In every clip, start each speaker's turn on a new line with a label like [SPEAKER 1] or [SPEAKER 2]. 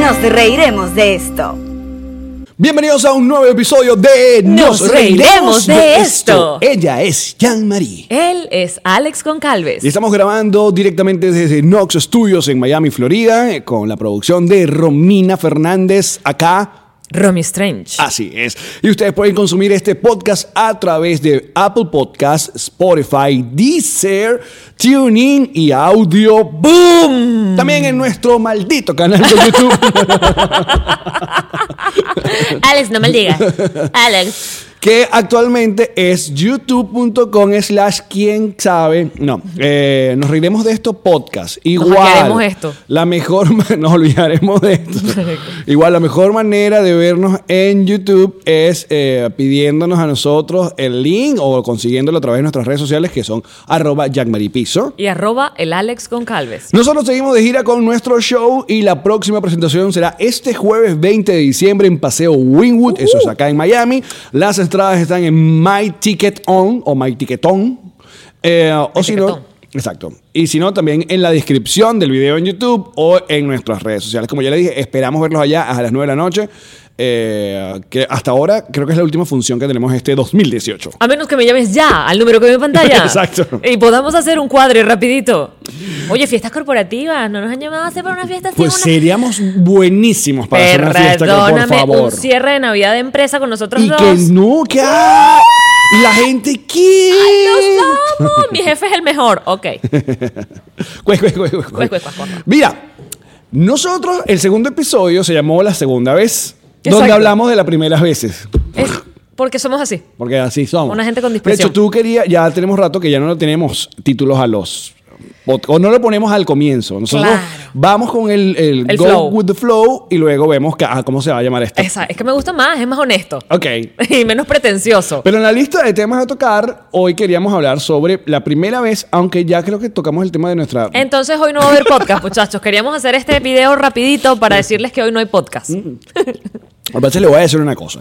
[SPEAKER 1] Nos reiremos de esto.
[SPEAKER 2] Bienvenidos a un nuevo episodio de
[SPEAKER 3] Nos reiremos de esto.
[SPEAKER 2] Ella es Jean-Marie.
[SPEAKER 3] Él es Alex Goncalves.
[SPEAKER 2] Y estamos grabando directamente desde Knox Studios en Miami, Florida, eh, con la producción de Romina Fernández acá.
[SPEAKER 3] Romy Strange.
[SPEAKER 2] Así es. Y ustedes pueden consumir este podcast a través de Apple Podcast, Spotify, Deezer, TuneIn y Audio Boom. También en nuestro maldito canal de YouTube.
[SPEAKER 3] Alex, no maldiga. Alex.
[SPEAKER 2] que actualmente es youtube.com slash quién sabe. No, eh, nos reiremos de esto podcast. Igual.
[SPEAKER 3] hackearemos esto.
[SPEAKER 2] La mejor, ma- nos olvidaremos de esto. Igual, la mejor manera de vernos en YouTube es eh, pidiéndonos a nosotros el link o consiguiéndolo a través de nuestras redes sociales que son arroba jackmaripiso.
[SPEAKER 3] Y arroba el Alex Goncalves.
[SPEAKER 2] Nosotros seguimos de gira con nuestro show y la próxima presentación será este jueves 20 de diciembre en Paseo Wynwood, eso es acá en Miami. Las entradas están en My Ticket On o My Ticketon. Eh, o si no,
[SPEAKER 3] Ticketon.
[SPEAKER 2] exacto. Y si no, también en la descripción del video en YouTube o en nuestras redes sociales. Como ya le dije, esperamos verlos allá a las 9 de la noche. eh, que hasta ahora creo que es la última función que tenemos este 2018.
[SPEAKER 3] A menos que me llames ya al número que veo en pantalla.
[SPEAKER 2] Exacto.
[SPEAKER 3] Y podamos hacer un cuadre rapidito. Oye, fiestas corporativas. No nos han llamado a hacer para una fiesta así,
[SPEAKER 2] Pues
[SPEAKER 3] una-
[SPEAKER 2] seríamos buenísimos para hacer una fiesta, por
[SPEAKER 3] Perdóname,
[SPEAKER 2] favor.
[SPEAKER 3] un cierre de Navidad de empresa con nosotros
[SPEAKER 2] Y
[SPEAKER 3] dos. ¡Uh!
[SPEAKER 2] que no, que ah, y la gente que.
[SPEAKER 3] ¡Los amo! Mi jefe es el mejor. Ok.
[SPEAKER 2] Cuec, cuec, cuec, cuec,
[SPEAKER 3] Cuec,
[SPEAKER 2] cuec.
[SPEAKER 3] cuec, cuec, cuec.
[SPEAKER 2] Mira, nosotros el segundo episodio se llamó La segunda vez, donde
[SPEAKER 3] Exacto.
[SPEAKER 2] hablamos de las primeras veces.
[SPEAKER 3] Es porque somos así.
[SPEAKER 2] Porque así somos.
[SPEAKER 3] Una gente con
[SPEAKER 2] De hecho,
[SPEAKER 3] dispersión.
[SPEAKER 2] tú querías, ya tenemos rato que ya no le tenemos títulos a los. O o no lo ponemos al comienzo. Nosotros
[SPEAKER 3] Claro.
[SPEAKER 2] vamos con el, el
[SPEAKER 3] El
[SPEAKER 2] Go
[SPEAKER 3] flow.
[SPEAKER 2] with the Flow y luego vemos ca- ah, cómo se va a llamar esto.
[SPEAKER 3] Esa- es que me gusta más, es más honesto.
[SPEAKER 2] Ok.
[SPEAKER 3] Y menos pretencioso.
[SPEAKER 2] Pero en la lista de temas a tocar, hoy queríamos hablar sobre la primera vez, aunque ya creo que tocamos el tema de nuestra...
[SPEAKER 3] Entonces hoy no va a haber podcast, muchachos. Queríamos hacer este video rapidito para decirles que hoy no hay podcast.
[SPEAKER 2] Aparte le voy a decir una cosa.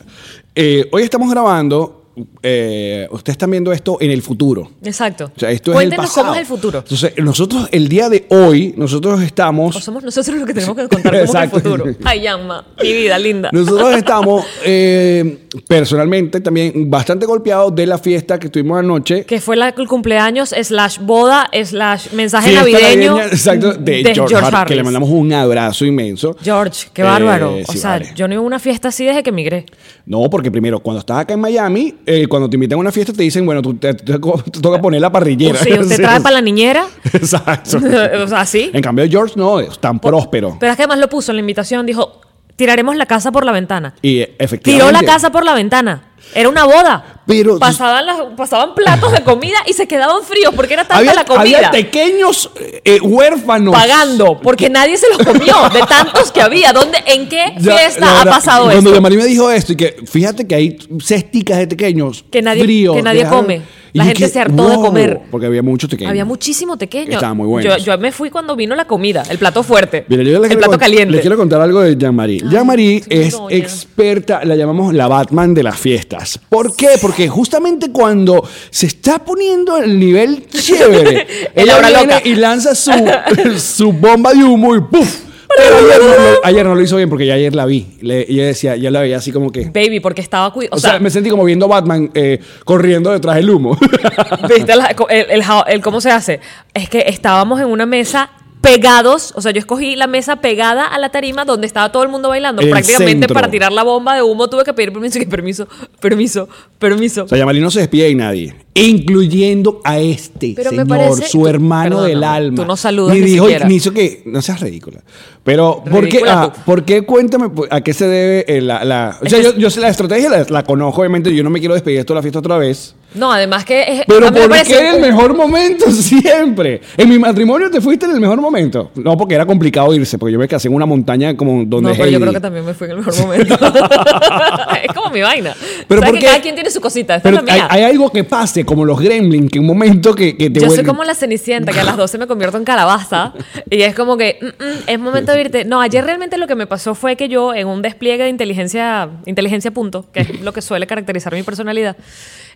[SPEAKER 2] Eh, hoy estamos grabando, eh, ustedes están viendo esto en el futuro.
[SPEAKER 3] Exacto.
[SPEAKER 2] O sea, esto
[SPEAKER 3] Cuéntenos
[SPEAKER 2] es el pasado.
[SPEAKER 3] cómo es el futuro.
[SPEAKER 2] Entonces, nosotros el día de hoy, nosotros
[SPEAKER 3] O
[SPEAKER 2] estamos...
[SPEAKER 3] somos nosotros los que tenemos que contar cómo es el
[SPEAKER 2] Exacto.
[SPEAKER 3] futuro. Ay, llama, mi vida linda.
[SPEAKER 2] Nosotros estamos eh, personalmente también bastante golpeados de la fiesta que tuvimos anoche.
[SPEAKER 3] Que fue la- el cumpleaños, slash boda, slash mensaje
[SPEAKER 2] Fiesta
[SPEAKER 3] navideño.
[SPEAKER 2] navideña, exacto, de, George, Har- que le
[SPEAKER 3] Harris.
[SPEAKER 2] mandamos un abrazo inmenso.
[SPEAKER 3] George, qué
[SPEAKER 2] Eh,
[SPEAKER 3] bárbaro. o
[SPEAKER 2] sí,
[SPEAKER 3] sea,
[SPEAKER 2] vale.
[SPEAKER 3] yo no iba a una fiesta así desde que emigré.
[SPEAKER 2] No, porque primero, cuando estás acá en Miami, eh, cuando te invitan a una fiesta, te dicen, bueno, tú te, te- te toca poner la
[SPEAKER 3] O
[SPEAKER 2] parrillera.
[SPEAKER 3] sea, usted trae para la niñera.
[SPEAKER 2] Exacto.
[SPEAKER 3] o sea, sí.
[SPEAKER 2] En cambio, George no, es tan próspero.
[SPEAKER 3] Pero es que además lo puso en la invitación, dijo, tiraremos la casa por la ventana.
[SPEAKER 2] Y eh, efectivamente.
[SPEAKER 3] Tiró la casa por la ventana. Era una boda.
[SPEAKER 2] Pero-
[SPEAKER 3] pasaban, las- pasaban platos de comida y se quedaban fríos porque era tanta
[SPEAKER 2] Había,
[SPEAKER 3] la comida.
[SPEAKER 2] había pequeños eh, huérfanos.
[SPEAKER 3] Pagando, porque nadie se los comió de tantos que había. ¿Dónde, ¿En qué
[SPEAKER 2] Ya,
[SPEAKER 3] fiesta
[SPEAKER 2] la
[SPEAKER 3] ha
[SPEAKER 2] verdad,
[SPEAKER 3] pasado
[SPEAKER 2] Cuando
[SPEAKER 3] eso?
[SPEAKER 2] Yamari me dijo esto, y que fíjate que hay cesticas de pequeños
[SPEAKER 3] Que nadie-
[SPEAKER 2] fríos,
[SPEAKER 3] que nadie
[SPEAKER 2] dejaron-
[SPEAKER 3] come.
[SPEAKER 2] Y
[SPEAKER 3] La
[SPEAKER 2] yo
[SPEAKER 3] gente
[SPEAKER 2] que,
[SPEAKER 3] se hartó de
[SPEAKER 2] wow,
[SPEAKER 3] comer.
[SPEAKER 2] Porque había muchos pequeños.
[SPEAKER 3] Había muchísimo pequeño.
[SPEAKER 2] Estaban muy buenos.
[SPEAKER 3] Yo, yo me fui cuando vino la comida, el plato fuerte,
[SPEAKER 2] Mira, yo les
[SPEAKER 3] el
[SPEAKER 2] quiero
[SPEAKER 3] plato
[SPEAKER 2] cont-
[SPEAKER 3] caliente.
[SPEAKER 2] Les quiero contar algo de Jean-Marie. Jean-Marie
[SPEAKER 3] sí,
[SPEAKER 2] es
[SPEAKER 3] doña.
[SPEAKER 2] experta, la llamamos la Batman de las fiestas. ¿Por qué? Porque justamente cuando se está poniendo el nivel chévere,
[SPEAKER 3] El
[SPEAKER 2] ella
[SPEAKER 3] hora
[SPEAKER 2] viene
[SPEAKER 3] loca.
[SPEAKER 2] y lanza su, su bomba de humo y ¡puf! Pero ayer no, lo, ayer no lo hizo bien porque ya ayer la vi. Le- ella decía, ya la veía así como que.
[SPEAKER 3] Baby, porque estaba cuidado.
[SPEAKER 2] O sea, me sentí como viendo a Batman eh, corriendo detrás del humo.
[SPEAKER 3] ¿Viste la- el, el jao- el cómo se hace? Es que estábamos en una mesa pegados, o sea, yo escogí la mesa pegada a la tarima donde estaba todo el mundo bailando,
[SPEAKER 2] El
[SPEAKER 3] prácticamente
[SPEAKER 2] centro.
[SPEAKER 3] para tirar la bomba de humo tuve que pedir permiso, que permiso, permiso, permiso.
[SPEAKER 2] O sea, Yamalí no se despide de nadie, incluyendo a este
[SPEAKER 3] Pero me
[SPEAKER 2] señor,
[SPEAKER 3] parece-
[SPEAKER 2] su
[SPEAKER 3] tú-
[SPEAKER 2] hermano
[SPEAKER 3] perdóname,
[SPEAKER 2] del alma.
[SPEAKER 3] tú no saludas
[SPEAKER 2] ni
[SPEAKER 3] ni
[SPEAKER 2] dijo,
[SPEAKER 3] siquiera.
[SPEAKER 2] ni hizo que no seas ridícula. Pero ¿por qué?
[SPEAKER 3] Ridícula
[SPEAKER 2] ah,
[SPEAKER 3] tú.
[SPEAKER 2] ¿Por qué? Cuéntame pues, a qué se debe eh, la, la- o
[SPEAKER 3] Es
[SPEAKER 2] sea,
[SPEAKER 3] que-
[SPEAKER 2] yo, yo sé la estrategia la, la conozco obviamente, yo no me quiero despedir de esto de la fiesta otra vez.
[SPEAKER 3] No, además que es, a
[SPEAKER 2] Pero
[SPEAKER 3] mí me
[SPEAKER 2] ¿por
[SPEAKER 3] parece
[SPEAKER 2] qué el
[SPEAKER 3] un-
[SPEAKER 2] mejor momento siempre? En mi matrimonio te fuiste en el mejor momento. No, porque era complicado irse, porque yo me casé en una montaña como donde
[SPEAKER 3] No, pero yo
[SPEAKER 2] Heidi.
[SPEAKER 3] creo que también me fue en el mejor momento. es como mi vaina.
[SPEAKER 2] Pero
[SPEAKER 3] Pero
[SPEAKER 2] ¿por
[SPEAKER 3] porque
[SPEAKER 2] qué?
[SPEAKER 3] cada quien tiene su cosita, esta
[SPEAKER 2] Pero
[SPEAKER 3] es la
[SPEAKER 2] hay,
[SPEAKER 3] mía.
[SPEAKER 2] hay algo que pase, como los gremlins, que un momento que, que te
[SPEAKER 3] Yo soy
[SPEAKER 2] vuelven-
[SPEAKER 3] como la cenicienta que a las 12 me convierto en calabaza y es como que "Mm, mm, es momento de irte. No, ayer realmente lo que me pasó fue que yo en un despliegue de inteligencia, inteligencia punto, que es lo que suele caracterizar mi personalidad,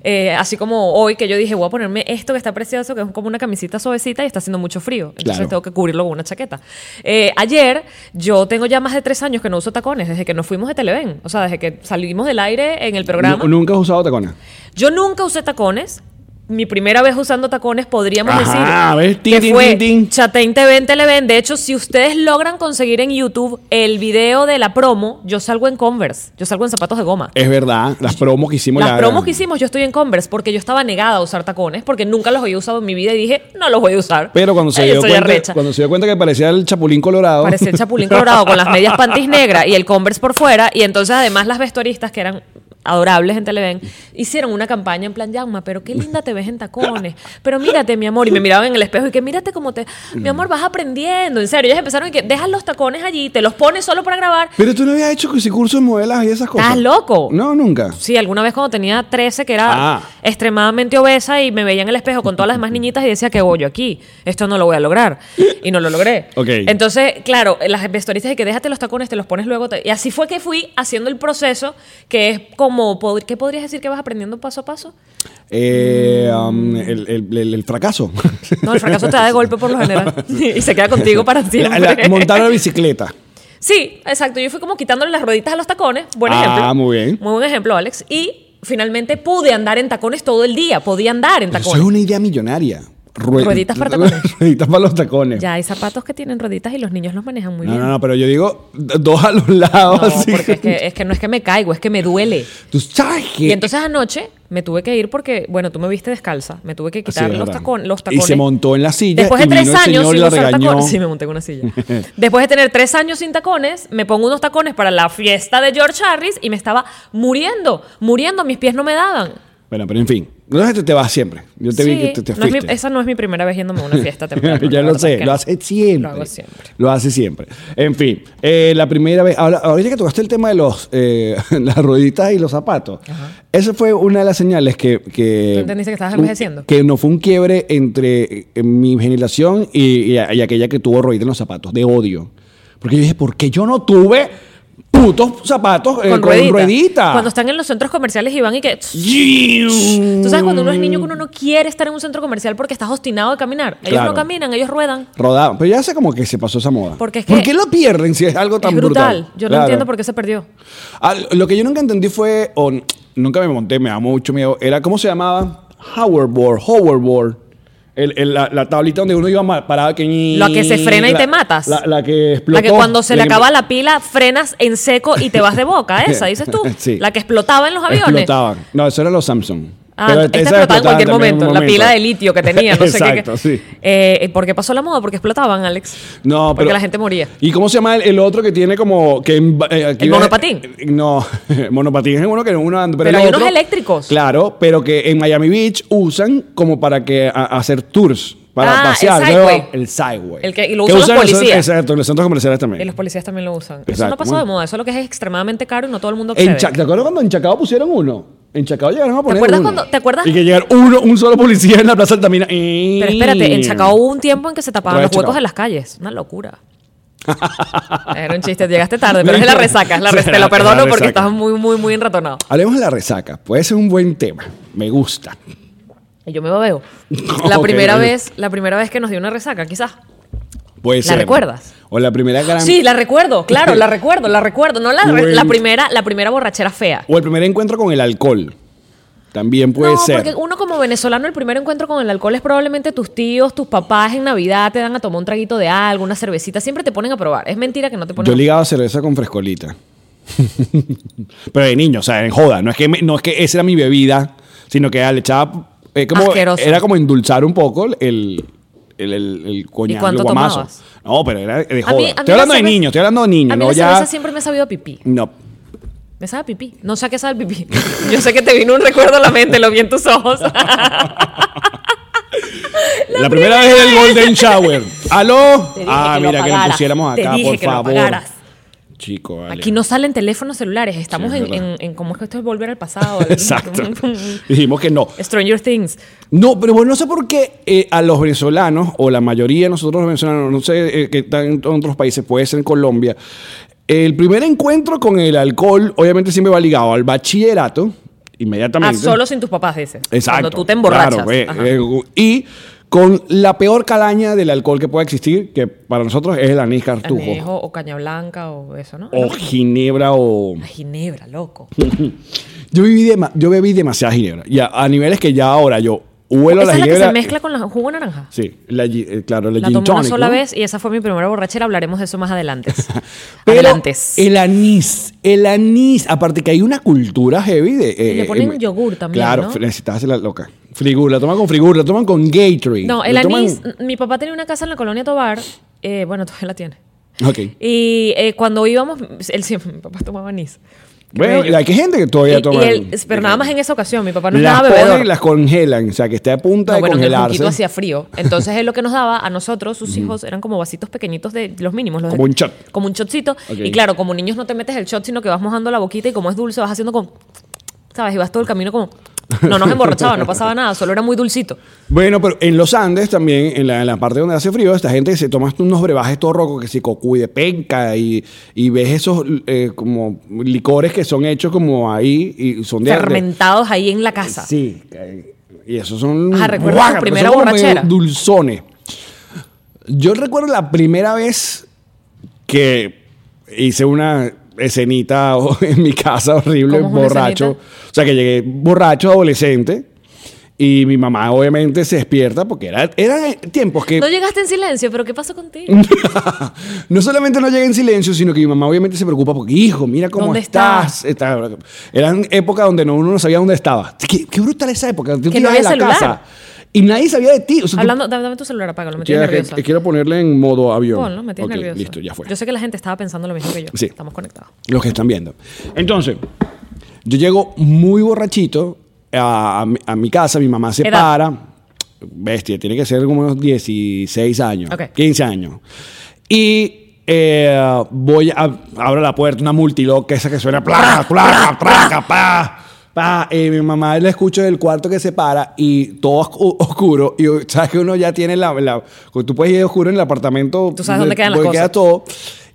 [SPEAKER 3] eh, así como hoy que yo dije, voy a ponerme esto que está precioso, que es como una camisita suavecita y está haciendo mucho frío. Entonces
[SPEAKER 2] Claro.
[SPEAKER 3] tengo que cubrirlo con una chaqueta. Eh, ayer yo tengo ya más de tres años que no uso tacones, desde que nos fuimos de Televen, o sea, desde que salimos del aire en el programa.
[SPEAKER 2] Nu- Nunca has usado tacones.
[SPEAKER 3] Yo nunca usé tacones. Mi primera vez usando tacones, podríamos
[SPEAKER 2] Ajá,
[SPEAKER 3] decir.
[SPEAKER 2] ¿ves? Tin,
[SPEAKER 3] que
[SPEAKER 2] tin,
[SPEAKER 3] fue
[SPEAKER 2] tin, tin.
[SPEAKER 3] Chatein TV en Televen. De hecho, si ustedes logran conseguir en YouTube el video de la promo, yo salgo en Converse. Yo salgo en zapatos de goma.
[SPEAKER 2] Es verdad, las promos que hicimos.
[SPEAKER 3] Las
[SPEAKER 2] Eh, la-
[SPEAKER 3] promos que hicimos, yo estoy en Converse porque yo estaba negada a usar tacones porque nunca los había usado en mi vida y dije, no los voy a usar.
[SPEAKER 2] Pero cuando se,
[SPEAKER 3] Ay,
[SPEAKER 2] dio
[SPEAKER 3] soy
[SPEAKER 2] cuenta,
[SPEAKER 3] arrecha.
[SPEAKER 2] cuando se dio cuenta que parecía el Chapulín Colorado.
[SPEAKER 3] Parecía el chapulín colorado con las medias pantis negras y el Converse por fuera. Y entonces, además, las vestuaristas que eran adorables en Televen hicieron una campaña en plan Yauma, pero qué linda te ves en tacones. Pero mírate, mi amor. Y me miraban en el espejo y que mírate cómo te. Mi amor, vas aprendiendo. En serio, ellas empezaron y que dejas los tacones allí, te los pones solo para grabar.
[SPEAKER 2] Pero tú no habías hecho ese curso de modelas y esas cosas.
[SPEAKER 3] ¿Estás loco?
[SPEAKER 2] No, nunca.
[SPEAKER 3] Sí, alguna vez cuando tenía 13, que era
[SPEAKER 2] Ah.
[SPEAKER 3] extremadamente obesa y me veía en el espejo con todas las demás niñitas y decía, ¿qué voy yo aquí? Esto no lo voy a lograr. Y no lo logré.
[SPEAKER 2] Ok.
[SPEAKER 3] Entonces, claro, las vestuaristas de que déjate los tacones, te los pones luego. te- Y así fue que fui haciendo el proceso, que es como, pod- ¿qué podrías decir que vas aprendiendo paso a paso?
[SPEAKER 2] Eh, um, el, el- el- el fracaso.
[SPEAKER 3] Mm. No, el fracaso te da de golpe por lo general y se queda contigo para siempre.
[SPEAKER 2] La- la- montar la bicicleta.
[SPEAKER 3] Sí, exacto. Yo fui como quitándole las rueditas a los tacones. Buen
[SPEAKER 2] Ah,
[SPEAKER 3] ejemplo.
[SPEAKER 2] muy bien.
[SPEAKER 3] Muy buen ejemplo, Alex. Y finalmente pude andar en tacones todo el día. Podía andar en
[SPEAKER 2] Pero Eso es
[SPEAKER 3] tacones.
[SPEAKER 2] una idea millonaria. Rue-
[SPEAKER 3] Rueditas para tacones.
[SPEAKER 2] Rueditas para los tacones.
[SPEAKER 3] Ya hay zapatos que tienen rueditas y los niños los manejan muy
[SPEAKER 2] No,
[SPEAKER 3] bien.
[SPEAKER 2] no, no, pero yo digo d- dos a los lados.
[SPEAKER 3] No,
[SPEAKER 2] así
[SPEAKER 3] porque es que, es que no es que me caigo, es que me duele.
[SPEAKER 2] Tú sabes que.
[SPEAKER 3] Y entonces anoche me tuve que ir porque, bueno, tú me viste descalza. Me tuve que
[SPEAKER 2] Sí,
[SPEAKER 3] quitar
[SPEAKER 2] es
[SPEAKER 3] los,
[SPEAKER 2] verdad.
[SPEAKER 3] tacon- los
[SPEAKER 2] Y
[SPEAKER 3] tacones.
[SPEAKER 2] se montó en la silla.
[SPEAKER 3] Después de
[SPEAKER 2] y
[SPEAKER 3] tres
[SPEAKER 2] vino el
[SPEAKER 3] años
[SPEAKER 2] señor y
[SPEAKER 3] sin
[SPEAKER 2] la
[SPEAKER 3] usar
[SPEAKER 2] regañó.
[SPEAKER 3] tacones. Sí, me monté en una silla. Después de tener tres años sin tacones, me pongo unos tacones para la fiesta de George Harris y me estaba muriendo, muriendo. Mis pies no me daban.
[SPEAKER 2] Bueno, pero en fin. No es que te vas siempre. Yo te vi
[SPEAKER 3] Sí,
[SPEAKER 2] que te, te
[SPEAKER 3] no es mi-
[SPEAKER 2] fuiste.
[SPEAKER 3] esa no es mi primera vez yéndome a una fiesta temprano. la
[SPEAKER 2] ya lo
[SPEAKER 3] verdad
[SPEAKER 2] sé,
[SPEAKER 3] es que
[SPEAKER 2] lo
[SPEAKER 3] no.
[SPEAKER 2] hace siempre.
[SPEAKER 3] Lo hago siempre.
[SPEAKER 2] Lo hace siempre. En fin, eh, la primera vez. Ahora, ahorita que tocaste el tema de los eh, las rueditas y los zapatos, esa fue una de las señales que. que
[SPEAKER 3] ¿Tú entendiste que estabas
[SPEAKER 2] un-
[SPEAKER 3] envejeciendo?
[SPEAKER 2] Que no fue un quiebre entre eh, mi generación y, y a- y aquella que tuvo rueditas en los zapatos, de odio. Porque yo dije, ¿por qué yo no tuve putos zapatos eh, con, rueditas?
[SPEAKER 3] Cuando están en los centros comerciales y van y que... Tú sabes cuando uno es niño que uno no quiere estar en un centro comercial porque estás obstinado de caminar.
[SPEAKER 2] Mm.
[SPEAKER 3] Ellos
[SPEAKER 2] Claro.
[SPEAKER 3] no caminan, ellos ruedan.
[SPEAKER 2] Rodaban. Pero ya sé como que se pasó esa moda.
[SPEAKER 3] Porque es
[SPEAKER 2] ¿Por
[SPEAKER 3] que-
[SPEAKER 2] qué lo pierden si es algo
[SPEAKER 3] Es
[SPEAKER 2] tan
[SPEAKER 3] brutal.
[SPEAKER 2] brutal?
[SPEAKER 3] Yo no
[SPEAKER 2] Claro.
[SPEAKER 3] entiendo por qué se perdió.
[SPEAKER 2] Ah, lo que yo nunca entendí fue, o n- nunca me monté, me da mucho miedo, era cómo se llamaba hoverboard, hoverboard. El- el- la, la tablita donde uno iba ma- parado que ñi-
[SPEAKER 3] La que se frena y
[SPEAKER 2] la-
[SPEAKER 3] te matas.
[SPEAKER 2] La, la que explotó.
[SPEAKER 3] la que cuando se le
[SPEAKER 2] que-
[SPEAKER 3] acaba la pila, frenas en seco y te vas de boca. Esa, dices tú.
[SPEAKER 2] Sí.
[SPEAKER 3] La que explotaba en los aviones.
[SPEAKER 2] Explotaban. No, eso eran los Samsung.
[SPEAKER 3] Ah,
[SPEAKER 2] Pero
[SPEAKER 3] esta
[SPEAKER 2] esas
[SPEAKER 3] explotaba en
[SPEAKER 2] explotaban
[SPEAKER 3] cualquier
[SPEAKER 2] también en
[SPEAKER 3] momento,
[SPEAKER 2] un
[SPEAKER 3] La pila de litio que tenía, no sé qué-
[SPEAKER 2] Exacto,
[SPEAKER 3] qué.
[SPEAKER 2] sí.
[SPEAKER 3] Eh, ¿Por qué pasó la moda? Porque explotaban, Alex.
[SPEAKER 2] No,
[SPEAKER 3] Porque
[SPEAKER 2] pero-
[SPEAKER 3] la gente moría.
[SPEAKER 2] ¿Y cómo se llama el, el otro que tiene como. Que, en- eh, aquí
[SPEAKER 3] ¿El
[SPEAKER 2] ves-
[SPEAKER 3] monopatín?
[SPEAKER 2] eh, no, monopatín es uno que uno anda.
[SPEAKER 3] Pero
[SPEAKER 2] el
[SPEAKER 3] hay unos
[SPEAKER 2] otro-
[SPEAKER 3] eléctricos.
[SPEAKER 2] Claro, pero que en Miami Beach usan como para que a- hacer tours. Para
[SPEAKER 3] Ah,
[SPEAKER 2] pasear.
[SPEAKER 3] el
[SPEAKER 2] ¿no?
[SPEAKER 3] Segway.
[SPEAKER 2] El Sideway.
[SPEAKER 3] El que- y lo usan los policías.
[SPEAKER 2] Exacto, en los centros comerciales
[SPEAKER 3] Y
[SPEAKER 2] también.
[SPEAKER 3] los policías también lo usan. Eso
[SPEAKER 2] Exacto,
[SPEAKER 3] no pasó
[SPEAKER 2] bueno.
[SPEAKER 3] de moda. Eso lo que es extremadamente caro y no todo el mundo accede.
[SPEAKER 2] En Chac- ¿Te acuerdas cuando en Chacao pusieron uno? En Chacao llegaron a poner
[SPEAKER 3] acuerdas
[SPEAKER 2] uno.
[SPEAKER 3] cuando- te acuerdas?
[SPEAKER 2] Y que llegar uno, un solo policía en la plaza Altamira.
[SPEAKER 3] Pero espérate, en Chacao hubo un tiempo en que se tapaban
[SPEAKER 2] Otra
[SPEAKER 3] los
[SPEAKER 2] vez
[SPEAKER 3] huecos
[SPEAKER 2] Chacao.
[SPEAKER 3] de las calles. Una locura. Era un chiste, llegaste tarde, pero es de la resaca, es la res- te
[SPEAKER 2] Es la
[SPEAKER 3] lo perdono porque
[SPEAKER 2] resaca.
[SPEAKER 3] estás muy, muy, muy enratonado.
[SPEAKER 2] Hablemos de la resaca. Puede ser un buen tema. Me gusta.
[SPEAKER 3] Y yo me babeo. La
[SPEAKER 2] Ok,
[SPEAKER 3] primera
[SPEAKER 2] bueno.
[SPEAKER 3] vez, la primera vez que nos dio una resaca, quizás.
[SPEAKER 2] Puede
[SPEAKER 3] ¿La
[SPEAKER 2] ser.
[SPEAKER 3] recuerdas?
[SPEAKER 2] O la primera gran.
[SPEAKER 3] Sí, la recuerdo, claro, la recuerdo, la recuerdo. No la, re- la primera, la primera borrachera fea.
[SPEAKER 2] O el primer encuentro con el alcohol. También puede
[SPEAKER 3] no,
[SPEAKER 2] ser.
[SPEAKER 3] porque uno como venezolano el primer encuentro con el alcohol es probablemente tus tíos, tus papás en Navidad te dan a tomar un traguito de algo, una cervecita, siempre te ponen a probar. Es mentira que no te ponen.
[SPEAKER 2] Yo
[SPEAKER 3] a-
[SPEAKER 2] ligaba cerveza con frescolita. Pero de niño, o sea, en joda. No es que, me- no es que esa era mi bebida, sino que le echaba. eh, como,
[SPEAKER 3] Asqueroso.
[SPEAKER 2] era como endulzar un poco el, el, el, el coñac,
[SPEAKER 3] cuánto
[SPEAKER 2] el guamazo.
[SPEAKER 3] tomabas?
[SPEAKER 2] No, pero era de
[SPEAKER 3] A
[SPEAKER 2] joda.
[SPEAKER 3] mí- a mí
[SPEAKER 2] estoy
[SPEAKER 3] la
[SPEAKER 2] hablando de
[SPEAKER 3] cerveza-
[SPEAKER 2] niño, estoy hablando de niño.
[SPEAKER 3] A mí
[SPEAKER 2] no,
[SPEAKER 3] la
[SPEAKER 2] ya.
[SPEAKER 3] cerveza siempre me ha sabido a pipí.
[SPEAKER 2] No.
[SPEAKER 3] Me sabe a pipí. No sé a qué sabe el pipí. Yo sé que te vino un recuerdo a la mente, lo vi en tus ojos.
[SPEAKER 2] La, primera vez era el Golden Shower. ¿Aló?
[SPEAKER 3] Te dije
[SPEAKER 2] Ah,
[SPEAKER 3] que lo
[SPEAKER 2] mira, que nos
[SPEAKER 3] apagaras.
[SPEAKER 2] pusiéramos
[SPEAKER 3] Te
[SPEAKER 2] acá,
[SPEAKER 3] dije
[SPEAKER 2] por
[SPEAKER 3] que lo
[SPEAKER 2] favor.
[SPEAKER 3] apagaras.
[SPEAKER 2] Chico, vale.
[SPEAKER 3] Aquí no salen teléfonos celulares, estamos
[SPEAKER 2] Sí, es
[SPEAKER 3] en,
[SPEAKER 2] verdad.
[SPEAKER 3] en- en cómo es que esto es volver al pasado.
[SPEAKER 2] Exacto. Dijimos que no.
[SPEAKER 3] Stranger Things.
[SPEAKER 2] No, pero bueno, no sé por qué eh, a los venezolanos, o la mayoría de nosotros los venezolanos, no sé eh, que están en otros países, puede ser en Colombia, el primer encuentro con el alcohol obviamente siempre va ligado al bachillerato
[SPEAKER 3] A
[SPEAKER 2] inmediatamente.
[SPEAKER 3] solo sin tus papás, dices.
[SPEAKER 2] Exacto.
[SPEAKER 3] Cuando tú te emborrachas.
[SPEAKER 2] claro, ve,
[SPEAKER 3] Ajá.
[SPEAKER 2] eh, y con la peor calaña del alcohol que pueda existir, que para nosotros es el anís cartujo.
[SPEAKER 3] Anejo o caña blanca o eso, ¿no?
[SPEAKER 2] O ginebra o...
[SPEAKER 3] Ay, Ginebra, loco.
[SPEAKER 2] Yo, viví dema- yo bebí demasiada ginebra. Y a, a niveles que ya ahora yo huelo
[SPEAKER 3] Esa
[SPEAKER 2] la
[SPEAKER 3] es la que
[SPEAKER 2] ginebra.
[SPEAKER 3] se mezcla con la jugo de naranja.
[SPEAKER 2] Sí, la gi- eh, claro, la,
[SPEAKER 3] La
[SPEAKER 2] gin
[SPEAKER 3] tomé una
[SPEAKER 2] tonic,
[SPEAKER 3] sola
[SPEAKER 2] ¿no?
[SPEAKER 3] vez y esa fue mi primera borrachera. Hablaremos de eso más adelante.
[SPEAKER 2] Pero
[SPEAKER 3] adelante.
[SPEAKER 2] el anís, el anís, aparte que hay una cultura heavy de... eh,
[SPEAKER 3] le ponen
[SPEAKER 2] eh,
[SPEAKER 3] yogur también,
[SPEAKER 2] Claro,
[SPEAKER 3] ¿no?
[SPEAKER 2] fr- necesitas hacer la loca. Frigur, la toman con frigur, la toman con Gatorade.
[SPEAKER 3] No, el
[SPEAKER 2] la toman-
[SPEAKER 3] anís. Mi papá tenía una casa en la colonia Tobar. eh, bueno, todavía la tiene.
[SPEAKER 2] Ok.
[SPEAKER 3] Y eh, cuando íbamos, él siempre, mi papá tomaba anís. Qué
[SPEAKER 2] Bueno,
[SPEAKER 3] bello.
[SPEAKER 2] hay que gente que
[SPEAKER 3] Y-
[SPEAKER 2] todavía
[SPEAKER 3] y
[SPEAKER 2] toma...
[SPEAKER 3] él- pero nada más en esa ocasión, mi papá no es
[SPEAKER 2] las
[SPEAKER 3] nada
[SPEAKER 2] ponen
[SPEAKER 3] bebedor.
[SPEAKER 2] y las congelan, o sea, que está a punta
[SPEAKER 3] No,
[SPEAKER 2] de
[SPEAKER 3] bueno, que el
[SPEAKER 2] congelarse.
[SPEAKER 3] poquito hacía frío. Entonces él lo que nos daba a nosotros, sus hijos, eran como vasitos pequeñitos de los mínimos. los de-
[SPEAKER 2] Como un shot.
[SPEAKER 3] Como un shotcito.
[SPEAKER 2] Ok.
[SPEAKER 3] Y claro, como niños no te metes el shot, sino que vas mojando la boquita y como es dulce vas haciendo como... ¿Sabes? Y vas todo el camino como... No nos emborrachaba, no pasaba nada, solo era muy dulcito.
[SPEAKER 2] Bueno, pero en los Andes también, en la, en la parte donde hace frío, esta gente se toma unos brebajes todo rocos, que si cocu y de penca, y, y ves esos eh, como licores que son hechos como ahí y son de...
[SPEAKER 3] Fermentados ahí en la
[SPEAKER 2] de-
[SPEAKER 3] casa.
[SPEAKER 2] Sí, eh, y esos son...
[SPEAKER 3] Ajá, ¿recuerdas tu
[SPEAKER 2] pero
[SPEAKER 3] primera
[SPEAKER 2] son como medio
[SPEAKER 3] borrachera?
[SPEAKER 2] Dulzones. Yo recuerdo la primera vez que hice una escenita en mi casa horrible,
[SPEAKER 3] ¿Cómo es una
[SPEAKER 2] borracho.
[SPEAKER 3] escenita?
[SPEAKER 2] O sea, que llegué borracho adolescente. Y mi mamá obviamente se despierta porque era, eran eh, tiempos que
[SPEAKER 3] No llegaste en silencio, pero ¿qué pasó contigo?
[SPEAKER 2] no solamente no llega en silencio, sino que mi mamá obviamente se preocupa porque, hijo, mira cómo
[SPEAKER 3] ¿Dónde
[SPEAKER 2] estás. Está- eran épocas donde no, uno no sabía dónde estaba. Qué, qué brutal esa época. Tú te ibas
[SPEAKER 3] no había
[SPEAKER 2] de la
[SPEAKER 3] celular.
[SPEAKER 2] casa y nadie sabía de ti. O sea, tú-
[SPEAKER 3] Hablando, dame, dame tu celular, apágalo, me
[SPEAKER 2] Quiero-
[SPEAKER 3] tienes nerviosa.
[SPEAKER 2] que- quiero ponerle en modo avión.
[SPEAKER 3] Ponlo, me tienes
[SPEAKER 2] Ok,
[SPEAKER 3] nerviosa.
[SPEAKER 2] Listo, ya fue.
[SPEAKER 3] Yo sé que la gente estaba pensando lo mismo que yo.
[SPEAKER 2] Sí.
[SPEAKER 3] Estamos conectados.
[SPEAKER 2] los que están viendo. Entonces, yo llego muy borrachito a, a mi- a mi casa, mi mamá se
[SPEAKER 3] ¿Edad?
[SPEAKER 2] para. Bestia, tiene que ser como unos 16 años,
[SPEAKER 3] Ok.
[SPEAKER 2] 15 años. Y eh, voy a abro la puerta, una multiloca esa que suena
[SPEAKER 3] Ah,
[SPEAKER 2] placa, placa, placa, pa. Pa, Eh, mi mamá la escucho del cuarto que se para y todo oscu- oscuro. Y sabes que uno ya tiene la, la- Tú puedes ir oscuro en el apartamento.
[SPEAKER 3] Tú sabes dónde quedan las
[SPEAKER 2] porque queda
[SPEAKER 3] cosas.
[SPEAKER 2] todo.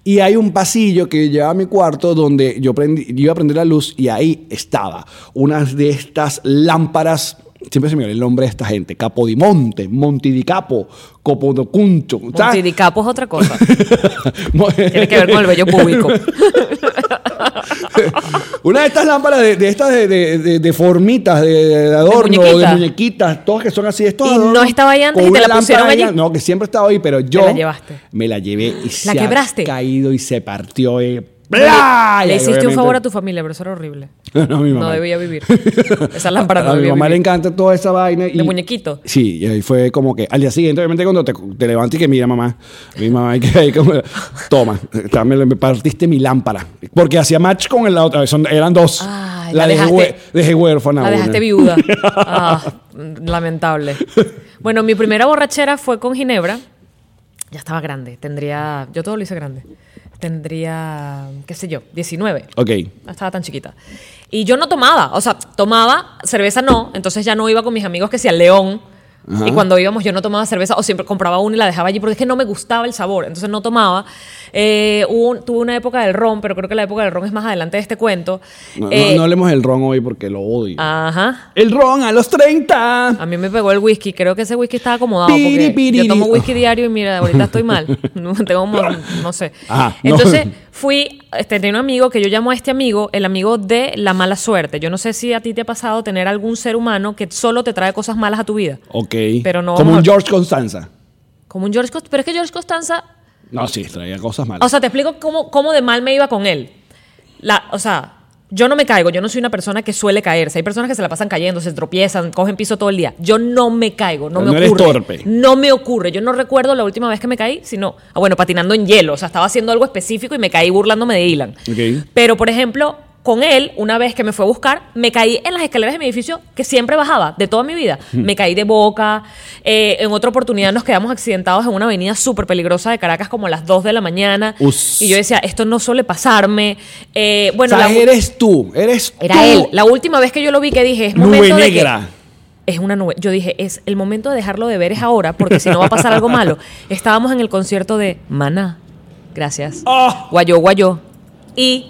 [SPEAKER 2] Y hay un pasillo que lleva a mi cuarto donde yo prendí- yo iba a prender la luz y ahí estaba una de estas lámparas. Siempre se me olvida el nombre de esta gente. Capodimonte, Montidicapo, Copodocuncho. ¿sabes?
[SPEAKER 3] Montidicapo es otra cosa.
[SPEAKER 2] Tiene
[SPEAKER 3] Tiene que ver con el bello público.
[SPEAKER 2] Una de estas lámparas de, de estas de, de- de- de formitas, de, de adorno, de,
[SPEAKER 3] muñequita.
[SPEAKER 2] muñequitas, todas que son así. Estos
[SPEAKER 3] ¿Y
[SPEAKER 2] adornos
[SPEAKER 3] no estaba ahí antes
[SPEAKER 2] con
[SPEAKER 3] y te
[SPEAKER 2] una
[SPEAKER 3] la pusieron
[SPEAKER 2] lámpara
[SPEAKER 3] allí?
[SPEAKER 2] No, que siempre estaba ahí, pero yo
[SPEAKER 3] la llevaste.
[SPEAKER 2] me la llevé y se
[SPEAKER 3] quebraste?
[SPEAKER 2] ha caído y se partió. Y ¡plá!
[SPEAKER 3] Le, le
[SPEAKER 2] Y
[SPEAKER 3] hiciste un
[SPEAKER 2] obviamente-
[SPEAKER 3] favor a tu familia, pero eso era horrible.
[SPEAKER 2] No, mi mamá.
[SPEAKER 3] No debía vivir. Esa lámpara no
[SPEAKER 2] a mi
[SPEAKER 3] debía
[SPEAKER 2] mamá le
[SPEAKER 3] vivir.
[SPEAKER 2] encanta toda esa vaina. Y,
[SPEAKER 3] De muñequito.
[SPEAKER 2] Sí, y ahí fue como que al día siguiente, obviamente, cuando te, te levantas y que mira, mamá, mi mamá, hay que ahí como, toma, también me partiste mi lámpara. Porque hacía match con la otra, son- eran dos.
[SPEAKER 3] Ay, Ah, la
[SPEAKER 2] dejé,
[SPEAKER 3] dejaste-
[SPEAKER 2] hue- dejé huérfana.
[SPEAKER 3] La
[SPEAKER 2] una.
[SPEAKER 3] dejaste viuda. Ah, lamentable. Bueno, mi primera borrachera fue con Ginebra. Ya estaba grande. Tendría. Yo todo lo hice grande. Tendría. ¿Qué sé yo? 19.
[SPEAKER 2] Ok.
[SPEAKER 3] No estaba tan chiquita. Y yo no tomaba, o sea, tomaba cerveza no, entonces ya no iba con mis amigos que sea León. Y cuando íbamos yo no tomaba cerveza o siempre compraba una y la dejaba allí porque es que no me gustaba el sabor, entonces no tomaba. Eh, hubo un- tuve una época del ron, pero creo que la época del ron es más adelante de este cuento.
[SPEAKER 2] No, no-
[SPEAKER 3] Eh, ah.
[SPEAKER 2] no hablemos del ron hoy porque lo odio.
[SPEAKER 3] Ajá.
[SPEAKER 2] El ron a los 30.
[SPEAKER 3] A mí me pegó el whisky, creo que ese whisky estaba acomodado porque
[SPEAKER 2] Piri, piriri.
[SPEAKER 3] yo tomo whisky diario y mira, ahorita estoy mal. No, Tengo como, no sé.
[SPEAKER 2] Ajá, Ah, no.
[SPEAKER 3] Entonces fui, este, tenía un amigo que yo llamo a este amigo el amigo de la mala suerte. Yo no sé si a ti te ha pasado tener algún ser humano que solo te trae cosas malas a tu vida.
[SPEAKER 2] Ok.
[SPEAKER 3] Pero no
[SPEAKER 2] como
[SPEAKER 3] vamos
[SPEAKER 2] un
[SPEAKER 3] a-
[SPEAKER 2] George Constanza.
[SPEAKER 3] Como un George Costanza, pero es que George Costanza,
[SPEAKER 2] No, sí, traía cosas malas.
[SPEAKER 3] o sea, te explico cómo, cómo de mal me iba con él. La, o sea, yo no me caigo, yo no soy una persona que suele caerse. Hay personas que se la pasan cayendo, se tropiezan, cogen piso todo el día. Yo no me caigo, no
[SPEAKER 2] Pero
[SPEAKER 3] me
[SPEAKER 2] no
[SPEAKER 3] ocurre.
[SPEAKER 2] eres torpe.
[SPEAKER 3] No me ocurre. Yo no recuerdo la última vez que me caí, sino, ah, bueno, patinando en hielo. O sea, estaba haciendo algo específico y me caí burlándome de Ilan.
[SPEAKER 2] Ok.
[SPEAKER 3] Pero, por ejemplo, con él, una vez que me fue a buscar, me caí en las escaleras de mi edificio que siempre bajaba de toda mi vida.
[SPEAKER 2] Hmm.
[SPEAKER 3] Me caí de boca. eh, en otra oportunidad nos quedamos accidentados en una avenida súper peligrosa de Caracas, como a las 2 de la mañana.
[SPEAKER 2] Us.
[SPEAKER 3] Y yo decía, esto no suele pasarme. Eh, bueno,
[SPEAKER 2] O sea,
[SPEAKER 3] la-
[SPEAKER 2] eres tú, eres
[SPEAKER 3] era
[SPEAKER 2] tú.
[SPEAKER 3] él. La última vez que yo lo vi que dije, es
[SPEAKER 2] Nube
[SPEAKER 3] momento de que-
[SPEAKER 2] negra.
[SPEAKER 3] es una nube. Yo dije, es el momento de dejarlo de ver es ahora, porque si no va a pasar algo malo. Estábamos en el concierto de Maná. Gracias.
[SPEAKER 2] Ah.
[SPEAKER 3] Guayó, guayó. Y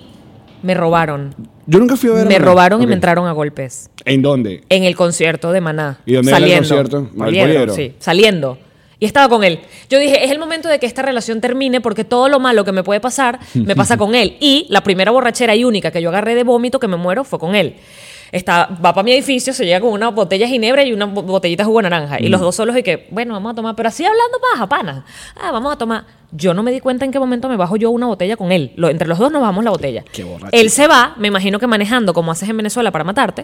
[SPEAKER 3] me robaron
[SPEAKER 2] Yo nunca fui a ver. a
[SPEAKER 3] Me
[SPEAKER 2] Maná.
[SPEAKER 3] robaron y
[SPEAKER 2] Ok.
[SPEAKER 3] me entraron a golpes.
[SPEAKER 2] ¿En dónde?
[SPEAKER 3] En el concierto de Maná.
[SPEAKER 2] ¿Y dónde era el
[SPEAKER 3] saliendo,
[SPEAKER 2] concierto? Al
[SPEAKER 3] Saliendo,
[SPEAKER 2] Poliedro.
[SPEAKER 3] sí, saliendo. Y estaba con él. Yo dije, es el momento de que esta relación termine porque todo lo malo que me puede pasar me pasa con él. Y la primera borrachera y única que yo agarré de vómito que me muero fue con él. Está, va para mi edificio, se llega con una botella de ginebra y una bo- botellita de jugo de naranja. Y los
[SPEAKER 2] Mm.
[SPEAKER 3] dos solos y que, bueno, vamos a tomar. Pero así hablando paja, pana. Ah, vamos a tomar. Yo no me di cuenta en qué momento me bajo yo una botella con él. Lo- entre los dos nos bajamos la botella.
[SPEAKER 2] Qué borracho.
[SPEAKER 3] Él se va, me imagino que manejando como haces en Venezuela para matarte,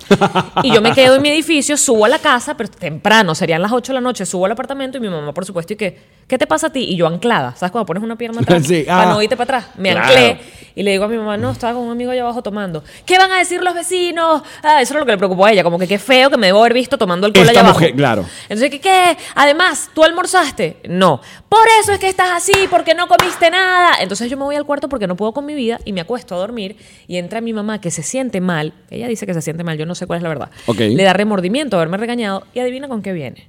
[SPEAKER 3] y yo me quedo en mi edificio, subo a la casa, pero temprano, serían las 8 de la noche, subo al apartamento y mi mamá, por supuesto, y que, ¿qué te pasa a ti? Y yo anclada, ¿sabes? Cuando pones una pierna atrás,
[SPEAKER 2] Sí, ah.
[SPEAKER 3] para no irte para atrás, me
[SPEAKER 2] Claro.
[SPEAKER 3] anclé y le digo a mi mamá, no, estaba con un amigo allá abajo tomando. ¿Qué van a decir los vecinos? Ah, eso es lo que le preocupó a ella, como que qué feo que me debo haber visto tomando alcohol
[SPEAKER 2] Esta
[SPEAKER 3] allá abajo.
[SPEAKER 2] mujer, claro.
[SPEAKER 3] Entonces, ¿qué, ¿qué? Además, ¿tú almorzaste? No. Por eso es que estás así, porque no comiste nada. Entonces yo me voy al cuarto porque no puedo con mi vida y me acuesto a dormir y entra mi mamá que se siente mal. Ella dice que se siente mal, yo no sé cuál es la verdad.
[SPEAKER 2] Ok.
[SPEAKER 3] Le da remordimiento haberme regañado y adivina con qué viene.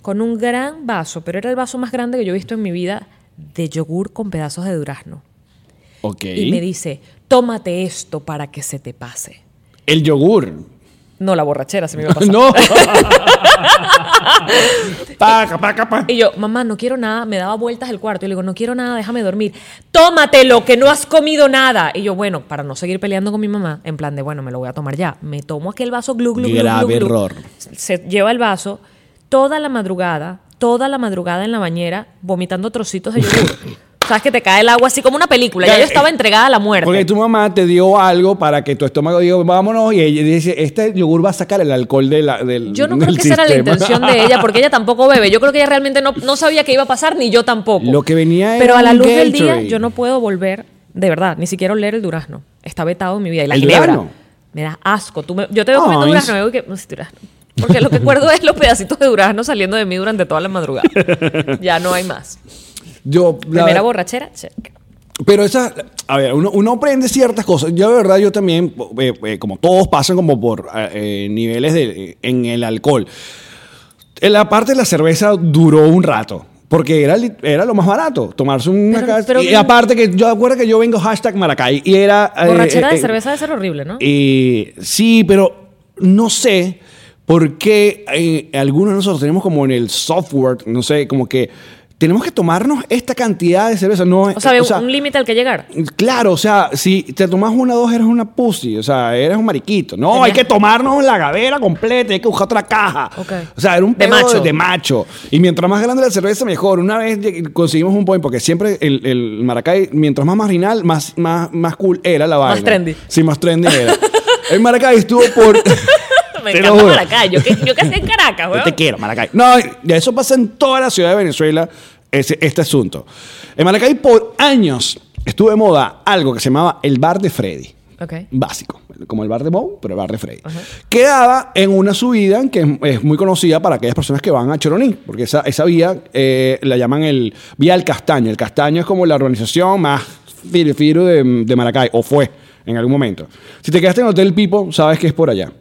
[SPEAKER 3] Con un gran vaso, pero era el vaso más grande que yo he visto en mi vida de yogur con pedazos de durazno.
[SPEAKER 2] Ok.
[SPEAKER 3] Y me dice, tómate esto para que se te pase.
[SPEAKER 2] El yogur.
[SPEAKER 3] No, la borrachera se me iba a pasar.
[SPEAKER 2] no. paca, paca, paca.
[SPEAKER 3] Y yo, mamá, no quiero nada. Me daba vueltas el cuarto. Y le digo, no quiero nada, déjame dormir. Tómatelo, que no has comido nada. Y yo, bueno, para no seguir peleando con mi mamá, en plan de, bueno, me lo voy a tomar ya. Me tomo aquel vaso glu, glu, glu,
[SPEAKER 2] Grave
[SPEAKER 3] glu, glu.
[SPEAKER 2] error.
[SPEAKER 3] Se lleva el vaso toda la madrugada, toda la madrugada en la bañera, vomitando trocitos de yogur. Sabes que te cae el agua así como una película. Ya
[SPEAKER 2] Ya,
[SPEAKER 3] yo
[SPEAKER 2] eh,
[SPEAKER 3] estaba entregada a la muerte.
[SPEAKER 2] Porque tu mamá te dio algo para que tu estómago diga, vámonos, y ella dice, este yogur va a sacar el alcohol de la- del
[SPEAKER 3] Yo no
[SPEAKER 2] del
[SPEAKER 3] creo que esa era la
[SPEAKER 2] sistema".
[SPEAKER 3] intención de ella, porque ella tampoco bebe. Yo creo que ella realmente no, no sabía qué iba a pasar, ni yo tampoco.
[SPEAKER 2] Lo que venía era
[SPEAKER 3] Pero a la
[SPEAKER 2] un
[SPEAKER 3] luz del día,
[SPEAKER 2] Gatorade.
[SPEAKER 3] yo no puedo volver, de verdad, ni siquiera oler el durazno. Está vetado en mi vida. Y la
[SPEAKER 2] ¿El
[SPEAKER 3] ginebra.
[SPEAKER 2] durazno?
[SPEAKER 3] Me da asco. Tú me- yo te veo comiendo
[SPEAKER 2] Ay,
[SPEAKER 3] durazno, me voy que. "No, es durazno". Porque lo que recuerdo es los pedacitos de durazno saliendo de mí durante toda la madrugada. Ya no hay más.
[SPEAKER 2] Yo, la-
[SPEAKER 3] Primera borrachera, check.
[SPEAKER 2] Eh, Pero esa, a ver, uno, uno aprende ciertas cosas. Yo, de verdad, yo también, eh, eh, como todos pasan como por eh, eh, niveles de, en el alcohol. En la parte de la cerveza duró un rato. Porque era, li- era lo más barato, tomarse una
[SPEAKER 3] Pero-
[SPEAKER 2] casa-
[SPEAKER 3] pero-
[SPEAKER 2] y aparte que yo acuerdo que yo vengo hashtag Maracay y era... eh,
[SPEAKER 3] Borrachera
[SPEAKER 2] eh,
[SPEAKER 3] de
[SPEAKER 2] eh,
[SPEAKER 3] cerveza debe ser horrible, ¿no?
[SPEAKER 2] Eh, sí, pero no sé por qué eh, algunos de nosotros tenemos como en el software, no sé, como que tenemos que tomarnos esta cantidad de cerveza. No, eh, es-
[SPEAKER 3] o sea, un límite al que llegar.
[SPEAKER 2] Claro, o sea, si te tomas una o dos, eres una pussy, o sea, eres un mariquito. No,
[SPEAKER 3] Tenías-
[SPEAKER 2] hay que tomarnos la gavera completa, hay que buscar otra caja.
[SPEAKER 3] Ok.
[SPEAKER 2] O sea, era un
[SPEAKER 3] De
[SPEAKER 2] pedo de
[SPEAKER 3] macho.
[SPEAKER 2] de macho. Y mientras más grande la cerveza, mejor. Una vez lleg- conseguimos un point, porque siempre el, el Maracay, mientras más marginal, más, más, más cool era la vaina.
[SPEAKER 3] trendy.
[SPEAKER 2] Sí, más trendy era. el Maracay estuvo por...
[SPEAKER 3] Me
[SPEAKER 2] Te lo
[SPEAKER 3] encanta
[SPEAKER 2] juro.
[SPEAKER 3] Maracay. Yo que, yo que hacía en Caracas,
[SPEAKER 2] Yo
[SPEAKER 3] weón.
[SPEAKER 2] te quiero, Maracay. No, ya eso pasa en toda la ciudad de Venezuela, ese- este asunto. En Maracay por años estuvo de moda algo que se llamaba el bar de Freddy.
[SPEAKER 3] Ok.
[SPEAKER 2] Básico, como el bar de Bow, pero el bar de Freddy. Quedaba en una subida que es, es muy conocida para aquellas personas que van a Choroní, porque esa, esa vía eh, la llaman el Vía del Castaño. El Castaño es como la urbanización más firu, firu de, de Maracay, o fue en algún momento. Si te quedaste en Hotel Pipo, sabes que es por allá,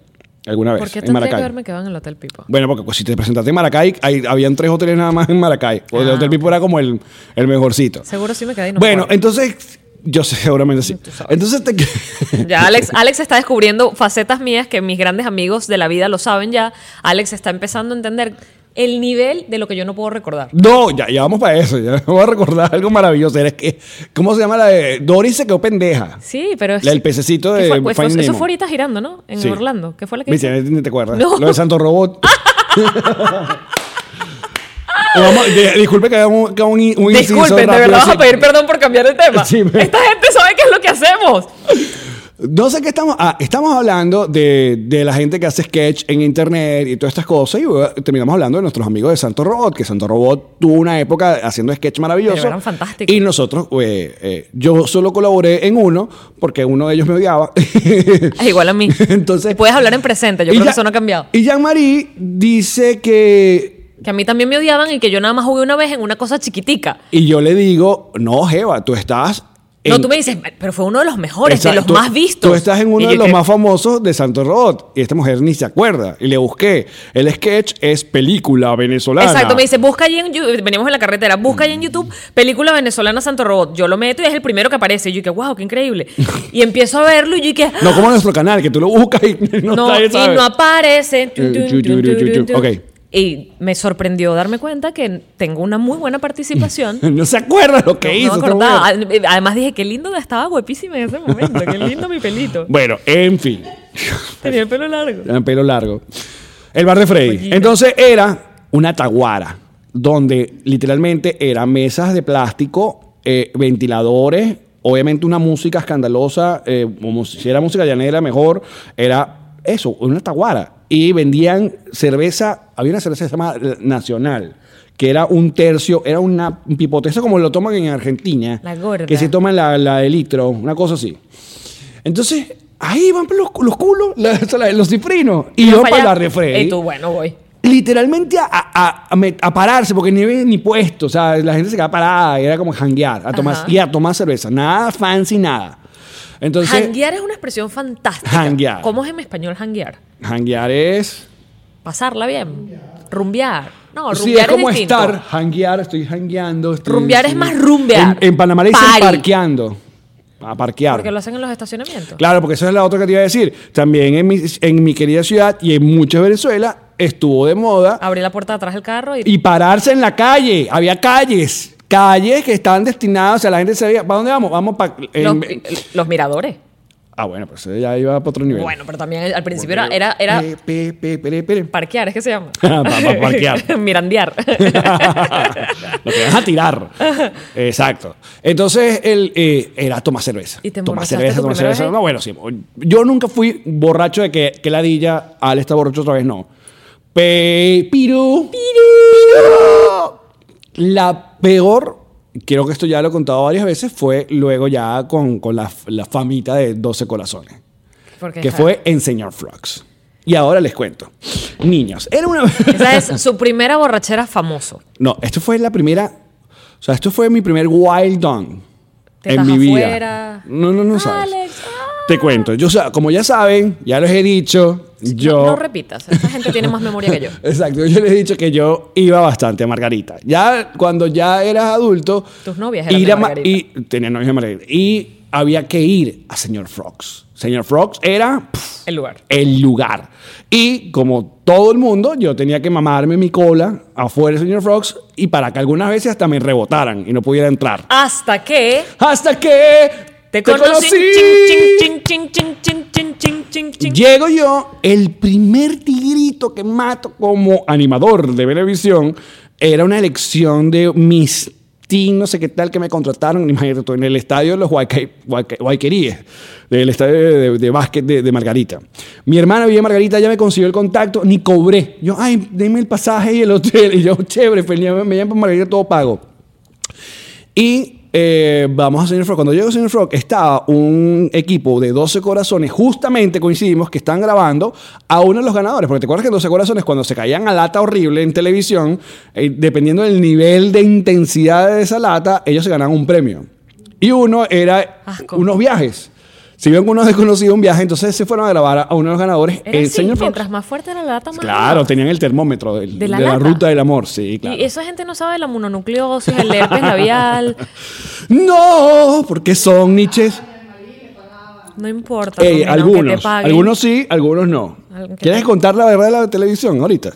[SPEAKER 2] alguna vez,
[SPEAKER 3] ¿Por qué
[SPEAKER 2] en
[SPEAKER 3] tendría
[SPEAKER 2] Maracay.
[SPEAKER 3] que verme que van al Hotel Pipo?
[SPEAKER 2] Bueno, porque pues, si te presentaste en Maracay, hay- habían tres hoteles nada más en Maracay. O el
[SPEAKER 3] Ah,
[SPEAKER 2] Hotel Pipo era como el, el mejorcito.
[SPEAKER 3] Seguro sí me quedé y no
[SPEAKER 2] bueno,
[SPEAKER 3] me acuerdo.
[SPEAKER 2] entonces, yo sé, seguramente sí.
[SPEAKER 3] sabes.
[SPEAKER 2] Entonces te...
[SPEAKER 3] Ya Alex, Alex está descubriendo facetas mías que mis grandes amigos de la vida lo saben ya. Alex está empezando a entender el nivel de lo que yo no puedo recordar.
[SPEAKER 2] No, ya, ya vamos para eso. Ya vamos a recordar algo maravilloso. Era que, ¿Cómo se llama la de Doris se quedó pendeja?
[SPEAKER 3] Sí, pero es...
[SPEAKER 2] La del pececito
[SPEAKER 3] ¿Qué
[SPEAKER 2] de
[SPEAKER 3] fue? Pues fue-
[SPEAKER 2] Finding
[SPEAKER 3] Eso
[SPEAKER 2] Nemo.
[SPEAKER 3] fue ahorita girando, ¿no? En
[SPEAKER 2] Sí.
[SPEAKER 3] Orlando. ¿Qué fue la que hizo?
[SPEAKER 2] Viste, ni te acuerdas.
[SPEAKER 3] No.
[SPEAKER 2] Lo de Santo Robot. Vamos, de- disculpe que haga un, que haga un, un inciso
[SPEAKER 3] Disculpen, de
[SPEAKER 2] rápido,
[SPEAKER 3] verdad vas
[SPEAKER 2] sí.
[SPEAKER 3] a pedir perdón por cambiar de tema.
[SPEAKER 2] Sí, me-
[SPEAKER 3] Esta gente sabe qué es lo que hacemos.
[SPEAKER 2] No sé qué estamos. Ah, estamos hablando de, de la gente que hace sketch en internet y todas estas cosas. Y bueno, terminamos hablando de nuestros amigos de Santo Robot, que Santo Robot tuvo una época haciendo sketch maravilloso.
[SPEAKER 3] Pero eran fantásticos.
[SPEAKER 2] Y nosotros, eh, eh, yo solo colaboré en uno, porque uno de ellos me odiaba.
[SPEAKER 3] Es igual a mí.
[SPEAKER 2] Entonces.
[SPEAKER 3] Puedes hablar en presente, yo
[SPEAKER 2] y
[SPEAKER 3] creo que
[SPEAKER 2] ya-
[SPEAKER 3] eso no ha cambiado.
[SPEAKER 2] Y Jean-Marie dice que
[SPEAKER 3] Que a mí también me odiaban y que yo nada más jugué una vez en una cosa chiquitica.
[SPEAKER 2] Y yo le digo, no, Jeva, tú estás
[SPEAKER 3] No,
[SPEAKER 2] en-
[SPEAKER 3] tú me dices, pero fue uno de los mejores, de los
[SPEAKER 2] Exacto.
[SPEAKER 3] más vistos.
[SPEAKER 2] Tú estás en
[SPEAKER 3] Y
[SPEAKER 2] uno
[SPEAKER 3] yo
[SPEAKER 2] de los
[SPEAKER 3] que-
[SPEAKER 2] más famosos de Santo Robot. Y esta mujer ni se acuerda. Y le busqué. El sketch es película venezolana.
[SPEAKER 3] Exacto, me dice, busca allí en YouTube, veníamos en la carretera, busca allí en YouTube película venezolana Santo Robot. Yo lo meto y es el primero que aparece. Y yo que, wow, qué increíble. Y empiezo a verlo y yo que,
[SPEAKER 2] No como nuestro canal, que tú lo buscas y no, Eh,
[SPEAKER 3] no,
[SPEAKER 2] sabes,
[SPEAKER 3] y
[SPEAKER 2] ¿sabes?
[SPEAKER 3] no aparece. Tun, tun,
[SPEAKER 2] chu, chu,
[SPEAKER 3] tun,
[SPEAKER 2] chu,
[SPEAKER 3] tun,
[SPEAKER 2] chu, chu.
[SPEAKER 3] tun.
[SPEAKER 2] Ok.
[SPEAKER 3] Y me sorprendió darme cuenta que tengo una muy buena participación.
[SPEAKER 2] No se acuerda lo que
[SPEAKER 3] No, no me
[SPEAKER 2] hizo. esta
[SPEAKER 3] acordaba.
[SPEAKER 2] mujer.
[SPEAKER 3] Ad- eh, Además dije, qué lindo, estaba guapísima en ese momento, qué lindo mi pelito.
[SPEAKER 2] Bueno, en fin.
[SPEAKER 3] Tenía el pelo largo.
[SPEAKER 2] Era pelo largo. El bar de Freddy.
[SPEAKER 3] Ollita.
[SPEAKER 2] Entonces era una taguara, donde literalmente eran mesas de plástico, eh, ventiladores, obviamente una música escandalosa, eh, como si era música llanera mejor, era eso, una taguara. Y vendían cerveza, había una cerveza llamada Nacional, que era un tercio, era una, un pipote, eso como lo toman en Argentina.
[SPEAKER 3] La gorda.
[SPEAKER 2] Que se toman la, la de litro, una cosa así. Entonces, ahí van los, los culos, la- la- los cifrinos. Y yo para la refre.
[SPEAKER 3] Y tú, bueno, voy.
[SPEAKER 2] Literalmente a, a- a me- a pararse, porque ni ven ni puesto. O sea, la gente se quedaba parada, era como janguear, a tomar,
[SPEAKER 3] Ajá.
[SPEAKER 2] y a tomar cerveza. Nada fancy, nada. Entonces,
[SPEAKER 3] Hanguear es una expresión fantástica.
[SPEAKER 2] Hanguear.
[SPEAKER 3] ¿Cómo es en español hanguear?
[SPEAKER 2] janguear es.
[SPEAKER 3] Pasarla bien. Rumbear. No, rumbear
[SPEAKER 2] Sí, es como
[SPEAKER 3] distinto.
[SPEAKER 2] estar, janguear, estoy jangueando. estoy-
[SPEAKER 3] Rumbear es más rumbear.
[SPEAKER 2] En, en Panamá le dicen
[SPEAKER 3] Party.
[SPEAKER 2] parqueando. A parquear.
[SPEAKER 3] Porque lo hacen en los estacionamientos.
[SPEAKER 2] Claro, porque esa es la otra que te iba a decir. También en mi, en mi querida ciudad y en muchas Venezuela estuvo de moda
[SPEAKER 3] Abrir la puerta de atrás del carro y,
[SPEAKER 2] y pararse en la calle. Había calles, calles que estaban destinadas, o sea, la gente se veía, ¿para dónde vamos? Vamos para...
[SPEAKER 3] los, los miradores.
[SPEAKER 2] Ah, bueno, pero eso ya iba para otro nivel.
[SPEAKER 3] Bueno, pero también al principio era, era, era
[SPEAKER 2] Pe, pe, pe, pere, pere.
[SPEAKER 3] parquear, es que se llama.
[SPEAKER 2] Pa- pa- Ah, parquear.
[SPEAKER 3] Mirandear.
[SPEAKER 2] Lo que vas a tirar. Exacto. Entonces, él eh, era tomar cerveza.
[SPEAKER 3] ¿Y te
[SPEAKER 2] tomar
[SPEAKER 3] emborrachaste
[SPEAKER 2] cerveza,
[SPEAKER 3] tu
[SPEAKER 2] tomar
[SPEAKER 3] primera
[SPEAKER 2] cerveza.
[SPEAKER 3] vez?
[SPEAKER 2] No, bueno, sí. Yo nunca fui borracho de que, que ladilla. Al está borracho otra vez, no. Pe, piru. Piru. La peor, creo que esto ya lo he contado varias veces, fue luego ya con, con la, la famita de 12 corazones
[SPEAKER 3] Porque
[SPEAKER 2] que
[SPEAKER 3] esa-
[SPEAKER 2] fue en Señor Flux. Y ahora les cuento. Niños, era una...
[SPEAKER 3] Esa es su primera borrachera famoso.
[SPEAKER 2] No, esto fue la primera... O sea, esto fue mi primer wild down
[SPEAKER 3] Te
[SPEAKER 2] en
[SPEAKER 3] estás
[SPEAKER 2] mi vida.
[SPEAKER 3] afuera.
[SPEAKER 2] No, no, no sabes.
[SPEAKER 3] Alex, ah.
[SPEAKER 2] Te cuento. Yo, sa- como ya saben, ya les he dicho, yo...
[SPEAKER 3] No, no repitas. Esa gente tiene más memoria que yo.
[SPEAKER 2] Exacto, yo les he dicho que yo iba bastante a Margarita. Ya cuando ya eras adulto...
[SPEAKER 3] Tus novias eran
[SPEAKER 2] ir
[SPEAKER 3] de
[SPEAKER 2] a Ma-
[SPEAKER 3] Margarita.
[SPEAKER 2] Y, tenía novias de Margarita. Y había que ir a Señor Frogs. Señor Frogs era... pff,
[SPEAKER 3] El lugar.
[SPEAKER 2] el lugar. Y como todo el mundo, yo tenía que mamarme mi cola afuera del señor Frogs y para que algunas veces hasta me rebotaran y no pudiera entrar.
[SPEAKER 3] Hasta que
[SPEAKER 2] Hasta que
[SPEAKER 3] te, conocí. Chin, chin, chin, chin, chin, chin, chin, chin, chin.
[SPEAKER 2] Llego yo, el primer tigrito que mato como animador de Venevisión era una elección de mis team, no sé qué tal, que me contrataron, imagínate tú, en el estadio de los Guayca- Guayca- Guayqueríes, del estadio de, de- de básquet de, de Margarita. Mi hermana vivía en Margarita, ya me consiguió el contacto, ni cobré. Yo, ay, denme el pasaje y el hotel. Y yo, chévere, feliz, me llaman para Margarita, todo pago. Y eh, vamos a Señor Frog. Cuando llego a Señor Frog, estaba un equipo de 12 corazones. Justamente coincidimos que están grabando a uno de los ganadores. Porque te acuerdas que 12 corazones, cuando se caían a lata horrible en televisión, eh, dependiendo del nivel de intensidad de esa lata, ellos se ganaban un premio. Y uno era
[SPEAKER 3] Asco.
[SPEAKER 2] unos viajes. Si ven unos desconocidos un viaje, entonces se fueron a grabar a uno de los ganadores
[SPEAKER 3] Era
[SPEAKER 2] en
[SPEAKER 3] así,
[SPEAKER 2] eh, Señor Frog.
[SPEAKER 3] mientras más fuerte era la lata, más
[SPEAKER 2] Claro,
[SPEAKER 3] era.
[SPEAKER 2] tenían el termómetro del-
[SPEAKER 3] De
[SPEAKER 2] de
[SPEAKER 3] la
[SPEAKER 2] la,
[SPEAKER 3] lata.
[SPEAKER 2] ruta del amor. Sí, claro.
[SPEAKER 3] Y esa gente no sabe la mononucleosis, el herpes labial.
[SPEAKER 2] No, porque son niches.
[SPEAKER 3] No importa.
[SPEAKER 2] Ey,
[SPEAKER 3] Romina, aunque te
[SPEAKER 2] algunos,
[SPEAKER 3] paguen.
[SPEAKER 2] algunos sí, algunos no.
[SPEAKER 3] Aunque te
[SPEAKER 2] ¿Quieres
[SPEAKER 3] paguen.
[SPEAKER 2] contar la verdad de la televisión ahorita?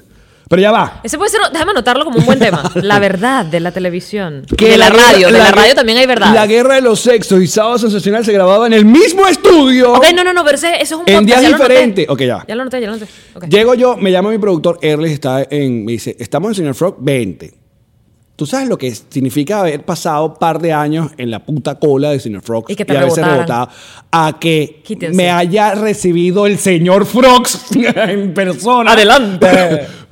[SPEAKER 2] Pero ya va.
[SPEAKER 3] Ese puede ser, déjame anotarlo como un buen tema. La verdad de la televisión.
[SPEAKER 2] Que
[SPEAKER 3] de la,
[SPEAKER 2] guerra-
[SPEAKER 3] radio. de la,
[SPEAKER 2] gue-
[SPEAKER 3] radio también hay verdad.
[SPEAKER 2] La guerra de los sexos y sábado sensacional se grababa en el mismo estudio.
[SPEAKER 3] Ok, no, no, no, pero ese- eso es un
[SPEAKER 2] En
[SPEAKER 3] podcast,
[SPEAKER 2] días
[SPEAKER 3] ya lo anoté.
[SPEAKER 2] diferentes. Ok, ya.
[SPEAKER 3] Ya lo noté, ya lo noté. Ok.
[SPEAKER 2] Llego yo, me llama mi productor Erles, está en, me dice, estamos en Señor Frog 20. ¿Tú sabes lo que significa haber pasado par de años en la puta cola de Señor Frog
[SPEAKER 3] Y que te
[SPEAKER 2] a veces
[SPEAKER 3] rebotaran.
[SPEAKER 2] rebotaba a que
[SPEAKER 3] Quítense.
[SPEAKER 2] me haya recibido el señor Frogs en persona?
[SPEAKER 3] Adelante.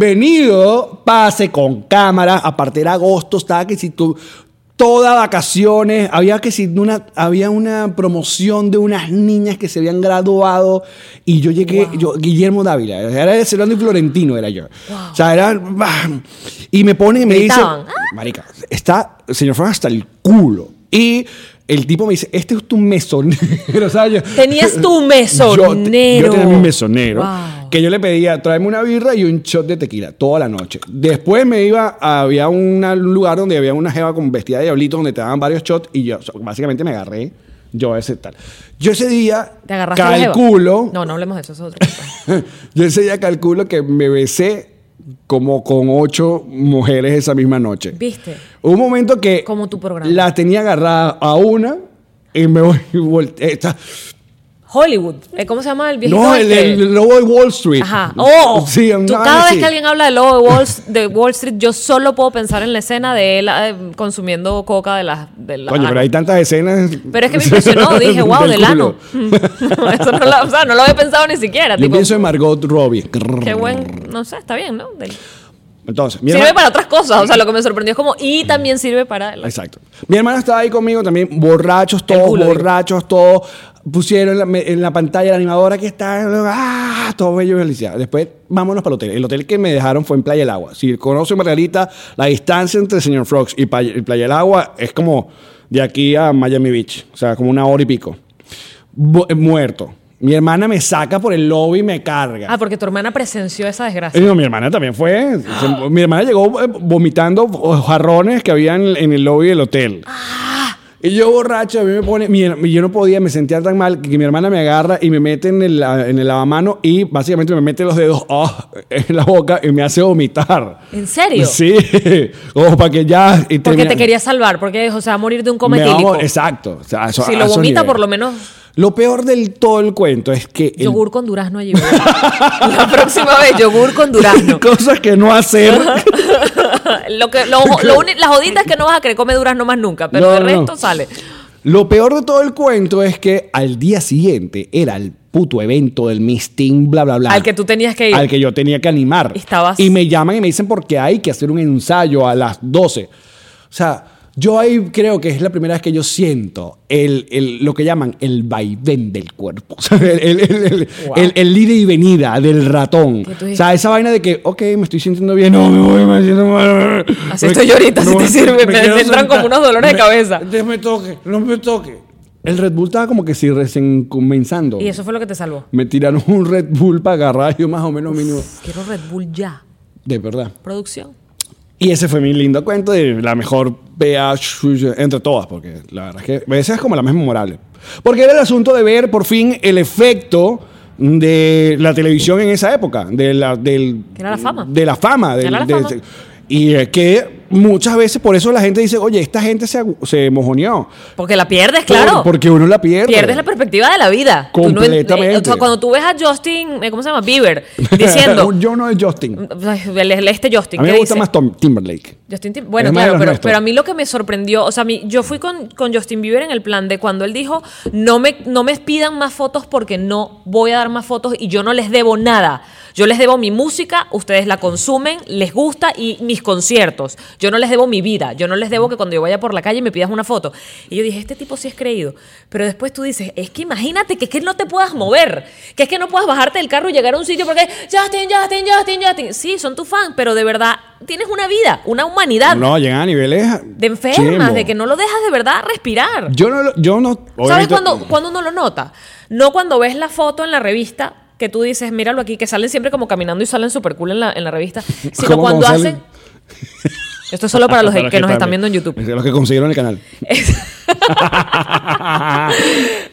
[SPEAKER 2] Bienvenido, pase con cámara. Aparte era agosto, estaba que si tú toda vacaciones, había que si una había una promoción de unas niñas que se habían graduado y yo llegué yo Guillermo Dávila, era de Celando y Florentino era yo. O sea, era bah, y me pone y me dice,
[SPEAKER 3] Gritaban. "Ah".
[SPEAKER 2] marica, está señor Frogs hasta el culo. Y el tipo me dice, este es tu mesonero. o sea, yo-
[SPEAKER 3] Tenías
[SPEAKER 2] Yo,
[SPEAKER 3] tu
[SPEAKER 2] te- yo
[SPEAKER 3] mesonero.
[SPEAKER 2] tenía mi mesonero.
[SPEAKER 3] Wow.
[SPEAKER 2] Que yo le pedía, tráeme una birra y un shot de tequila toda la noche. Después me iba, había una- un lugar donde había una jeva con vestida de diablito donde te daban varios shots y yo, o sea, básicamente me agarré yo ese tal. Yo ese día
[SPEAKER 3] ¿Te agarraste a la jeva?
[SPEAKER 2] calculo,
[SPEAKER 3] No, no hablemos de eso, eso es otro.
[SPEAKER 2] yo ese día calculo que me besé como con ocho mujeres esa misma noche.
[SPEAKER 3] ¿Viste?
[SPEAKER 2] Hubo un momento que
[SPEAKER 3] Como tu programa.
[SPEAKER 2] la tenía agarrada a una y me voy y volteé. Esta-
[SPEAKER 3] Hollywood. Eh, ¿Cómo se llama el viejito?
[SPEAKER 2] no, el,
[SPEAKER 3] este?
[SPEAKER 2] el lobo de Wall Street.
[SPEAKER 3] Ajá. Oh,
[SPEAKER 2] Sí,
[SPEAKER 3] tú,
[SPEAKER 2] una
[SPEAKER 3] cada
[SPEAKER 2] vaina
[SPEAKER 3] vez
[SPEAKER 2] así.
[SPEAKER 3] que alguien habla de lobo de Wall, de Wall Street, yo solo puedo pensar en la escena de él eh, consumiendo coca de las. De la-
[SPEAKER 2] Coño, pero hay tantas escenas.
[SPEAKER 3] Pero es que me impresionó, dije, wow,
[SPEAKER 2] del
[SPEAKER 3] del
[SPEAKER 2] culo".
[SPEAKER 3] ano. Eso no lo, o sea, no lo había pensado ni siquiera.
[SPEAKER 2] Yo
[SPEAKER 3] tipo,
[SPEAKER 2] pienso en Margot Robbie.
[SPEAKER 3] Qué buen, no sé, está bien, ¿no? Del-
[SPEAKER 2] Entonces, mi
[SPEAKER 3] sirve
[SPEAKER 2] hermana-
[SPEAKER 3] para otras cosas, o sea, lo que me sorprendió es como, y también sirve para... la-
[SPEAKER 2] Exacto. Mi hermana estaba ahí conmigo también, borrachos todos,
[SPEAKER 3] culo, digo.
[SPEAKER 2] borrachos todos. Pusieron en la, me- en la pantalla la animadora que está, ¡ah! Todo bello y felicidad. Después, vámonos para el hotel. El hotel que me dejaron fue en Playa del Agua. Si conocen Margarita, la distancia entre Señor Frogs y Playa, y Playa del Agua es como de aquí a Miami Beach. O sea, como una hora y pico. Bu- muerto. Mi hermana me saca por el lobby y me carga.
[SPEAKER 3] Ah, porque tu hermana presenció esa
[SPEAKER 2] Eh,
[SPEAKER 3] desgracia.
[SPEAKER 2] No, mi hermana también fue.
[SPEAKER 3] Ah.
[SPEAKER 2] Se- Mi hermana llegó eh, vomitando jarrones que había en, en el lobby del hotel.
[SPEAKER 3] Ah.
[SPEAKER 2] Y yo borracho, a mí me pone, mi her- yo no podía, me sentía tan mal que mi hermana me agarra y me mete en el, la- en el lavamano y básicamente me mete los dedos ah, en la boca y me hace vomitar.
[SPEAKER 3] ¿En serio?
[SPEAKER 2] Eh, Sí, como para que ya... y
[SPEAKER 3] Porque
[SPEAKER 2] termina-
[SPEAKER 3] te quería salvar, porque dijo, se va a morir de un
[SPEAKER 2] Me
[SPEAKER 3] coma
[SPEAKER 2] hago-
[SPEAKER 3] etílico.
[SPEAKER 2] Exacto. o sea, a eso-
[SPEAKER 3] Si
[SPEAKER 2] a
[SPEAKER 3] lo
[SPEAKER 2] esos
[SPEAKER 3] vomita,
[SPEAKER 2] niveles.
[SPEAKER 3] por lo menos
[SPEAKER 2] Lo peor del todo el cuento es que... el-
[SPEAKER 3] yogur con durazno allí. la próxima vez, yogur con durazno.
[SPEAKER 2] Cosas que no hacer.
[SPEAKER 3] lo que, lo, lo uni- la jodita es que no vas a querer comer durazno más nunca, pero
[SPEAKER 2] No,
[SPEAKER 3] el
[SPEAKER 2] no.
[SPEAKER 3] resto sale.
[SPEAKER 2] Lo peor de todo el cuento es que al día siguiente era el puto evento del Miss Teen, bla, bla, bla.
[SPEAKER 3] Al que tú tenías que ir.
[SPEAKER 2] Al que yo tenía que animar.
[SPEAKER 3] Estabas-
[SPEAKER 2] Y me llaman y me dicen porque hay que hacer un ensayo a las 12. O sea, yo ahí creo que es la primera vez que yo siento el, el- lo que llaman el vaivén del cuerpo. O sea, el, el, el, el- el- el ida y venida del ratón.
[SPEAKER 3] Que tú
[SPEAKER 2] O sea, esa vaina de que, ok, me estoy sintiendo bien, no, me voy, me siento mal.
[SPEAKER 3] Así
[SPEAKER 2] Me-
[SPEAKER 3] estoy ahorita, si te sirve, me-
[SPEAKER 2] quiero
[SPEAKER 3] me entran
[SPEAKER 2] sentar.
[SPEAKER 3] como unos dolores de
[SPEAKER 2] Me-
[SPEAKER 3] cabeza.
[SPEAKER 2] no me toque, no me toque. El Red Bull estaba como que si recién comenzando.
[SPEAKER 3] Y eso fue lo que te salvó.
[SPEAKER 2] Me tiraron un Red Bull para agarrar yo más o menos mínimo.
[SPEAKER 3] Quiero Red Bull ya.
[SPEAKER 2] De verdad.
[SPEAKER 3] Producción.
[SPEAKER 2] Y ese fue mi lindo cuento de la mejor PA entre todas, porque la verdad es que esa es como la más memorable. Porque era el asunto de ver por fin el efecto de la televisión en esa época, de la, del,
[SPEAKER 3] Que era la fama.
[SPEAKER 2] De la fama. del-
[SPEAKER 3] Era la
[SPEAKER 2] del-
[SPEAKER 3] fama.
[SPEAKER 2] y eh, que muchas veces por eso la gente dice, oye, esta gente se, agu- se mojoneó.
[SPEAKER 3] Porque la pierdes, claro.
[SPEAKER 2] Por- porque uno la pierde.
[SPEAKER 3] Pierdes la perspectiva de la vida. Tú no ent-
[SPEAKER 2] Completamente.
[SPEAKER 3] eh, o sea, cuando tú ves a Justin, eh, ¿cómo se llama? Bieber, diciendo.
[SPEAKER 2] Un yo no es Justin.
[SPEAKER 3] Ay, el- el- este Justin.
[SPEAKER 2] A mí
[SPEAKER 3] ¿qué
[SPEAKER 2] me gusta
[SPEAKER 3] dice?
[SPEAKER 2] más Tom, Timberlake.
[SPEAKER 3] Justin Tim- bueno,
[SPEAKER 2] Es más de
[SPEAKER 3] claro,
[SPEAKER 2] los
[SPEAKER 3] pero,
[SPEAKER 2] nuestros.
[SPEAKER 3] pero a mí lo que me sorprendió, o sea, a mí- yo fui con, con Justin Bieber en el plan de cuando él dijo, no me, no me pidan más fotos porque no voy a dar más fotos y yo no les debo nada. Yo les debo mi música, ustedes la consumen, les gusta y mis conciertos. Yo no les debo mi vida, yo no les debo que cuando yo vaya por la calle me pidas una foto. Y yo dije, este tipo sí es creído. Pero después tú dices, es que imagínate que es que no te puedas mover, que es que no puedas bajarte del carro y llegar a un sitio porque Justin, Justin, Justin, Justin. Sí, son tu fan, pero de verdad tienes una vida, una humanidad
[SPEAKER 2] No, llegan a niveles... ah,
[SPEAKER 3] de enfermas,
[SPEAKER 2] chimbo.
[SPEAKER 3] de que no lo dejas de verdad respirar.
[SPEAKER 2] Yo no... lo- Yo no
[SPEAKER 3] ¿Sabes
[SPEAKER 2] obviamente- mm.
[SPEAKER 3] cuando, cuando uno lo nota? No cuando ves la foto en la revista que tú dices, míralo aquí, que salen siempre como caminando y salen súper cool en la, en la revista, sino
[SPEAKER 2] ¿Cómo-
[SPEAKER 3] cuando
[SPEAKER 2] cómo
[SPEAKER 3] hacen...
[SPEAKER 2] salen?
[SPEAKER 3] Esto es solo para los de- que nos están viendo en
[SPEAKER 2] Es
[SPEAKER 3] YouTube.
[SPEAKER 2] de Los que consiguieron el canal. Ah,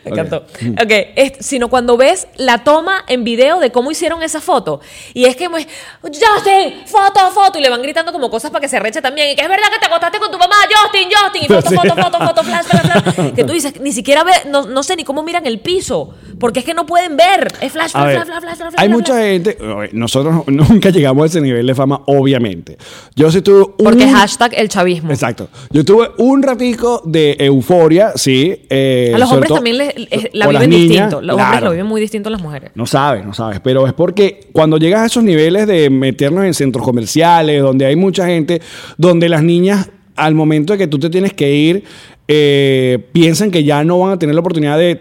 [SPEAKER 3] Me encantó.
[SPEAKER 2] Mm.
[SPEAKER 3] Ok, es- sino cuando ves la toma en video de cómo hicieron esa foto. Y es que, pues, Justin, foto, foto. Y le van gritando como cosas para que se reche también. Y que es verdad que te acostaste con tu mamá, Justin, Justin. Y foto,
[SPEAKER 2] Sí.
[SPEAKER 3] foto, foto, foto, flash, flash, flash. Que tú dices, ni siquiera ve, no, no sé ni cómo miran el piso. Porque es que no pueden ver. Es flash,
[SPEAKER 2] A
[SPEAKER 3] flash,
[SPEAKER 2] ver,
[SPEAKER 3] flash, flash, flash, flash,
[SPEAKER 2] hay
[SPEAKER 3] flash,
[SPEAKER 2] mucha
[SPEAKER 3] flash.
[SPEAKER 2] gente... a ver, Nosotros nunca llegamos a ese nivel de fama, obviamente. Yo sí tuve un...
[SPEAKER 3] Porque hashtag el chavismo.
[SPEAKER 2] Exacto. Yo tuve un ratico de euforia, sí. eh,
[SPEAKER 3] A los
[SPEAKER 2] sobre
[SPEAKER 3] hombres
[SPEAKER 2] todo-
[SPEAKER 3] también les, les- la
[SPEAKER 2] o las
[SPEAKER 3] viven
[SPEAKER 2] niñas,
[SPEAKER 3] distinto. Los hombres
[SPEAKER 2] claro.
[SPEAKER 3] lo viven muy distinto a las mujeres.
[SPEAKER 2] No sabes, no sabes. Pero es porque cuando llegas a esos niveles de meternos en centros comerciales, donde hay mucha gente, donde las niñas, al momento de que tú te tienes que ir, eh, piensan que ya no van a tener la oportunidad de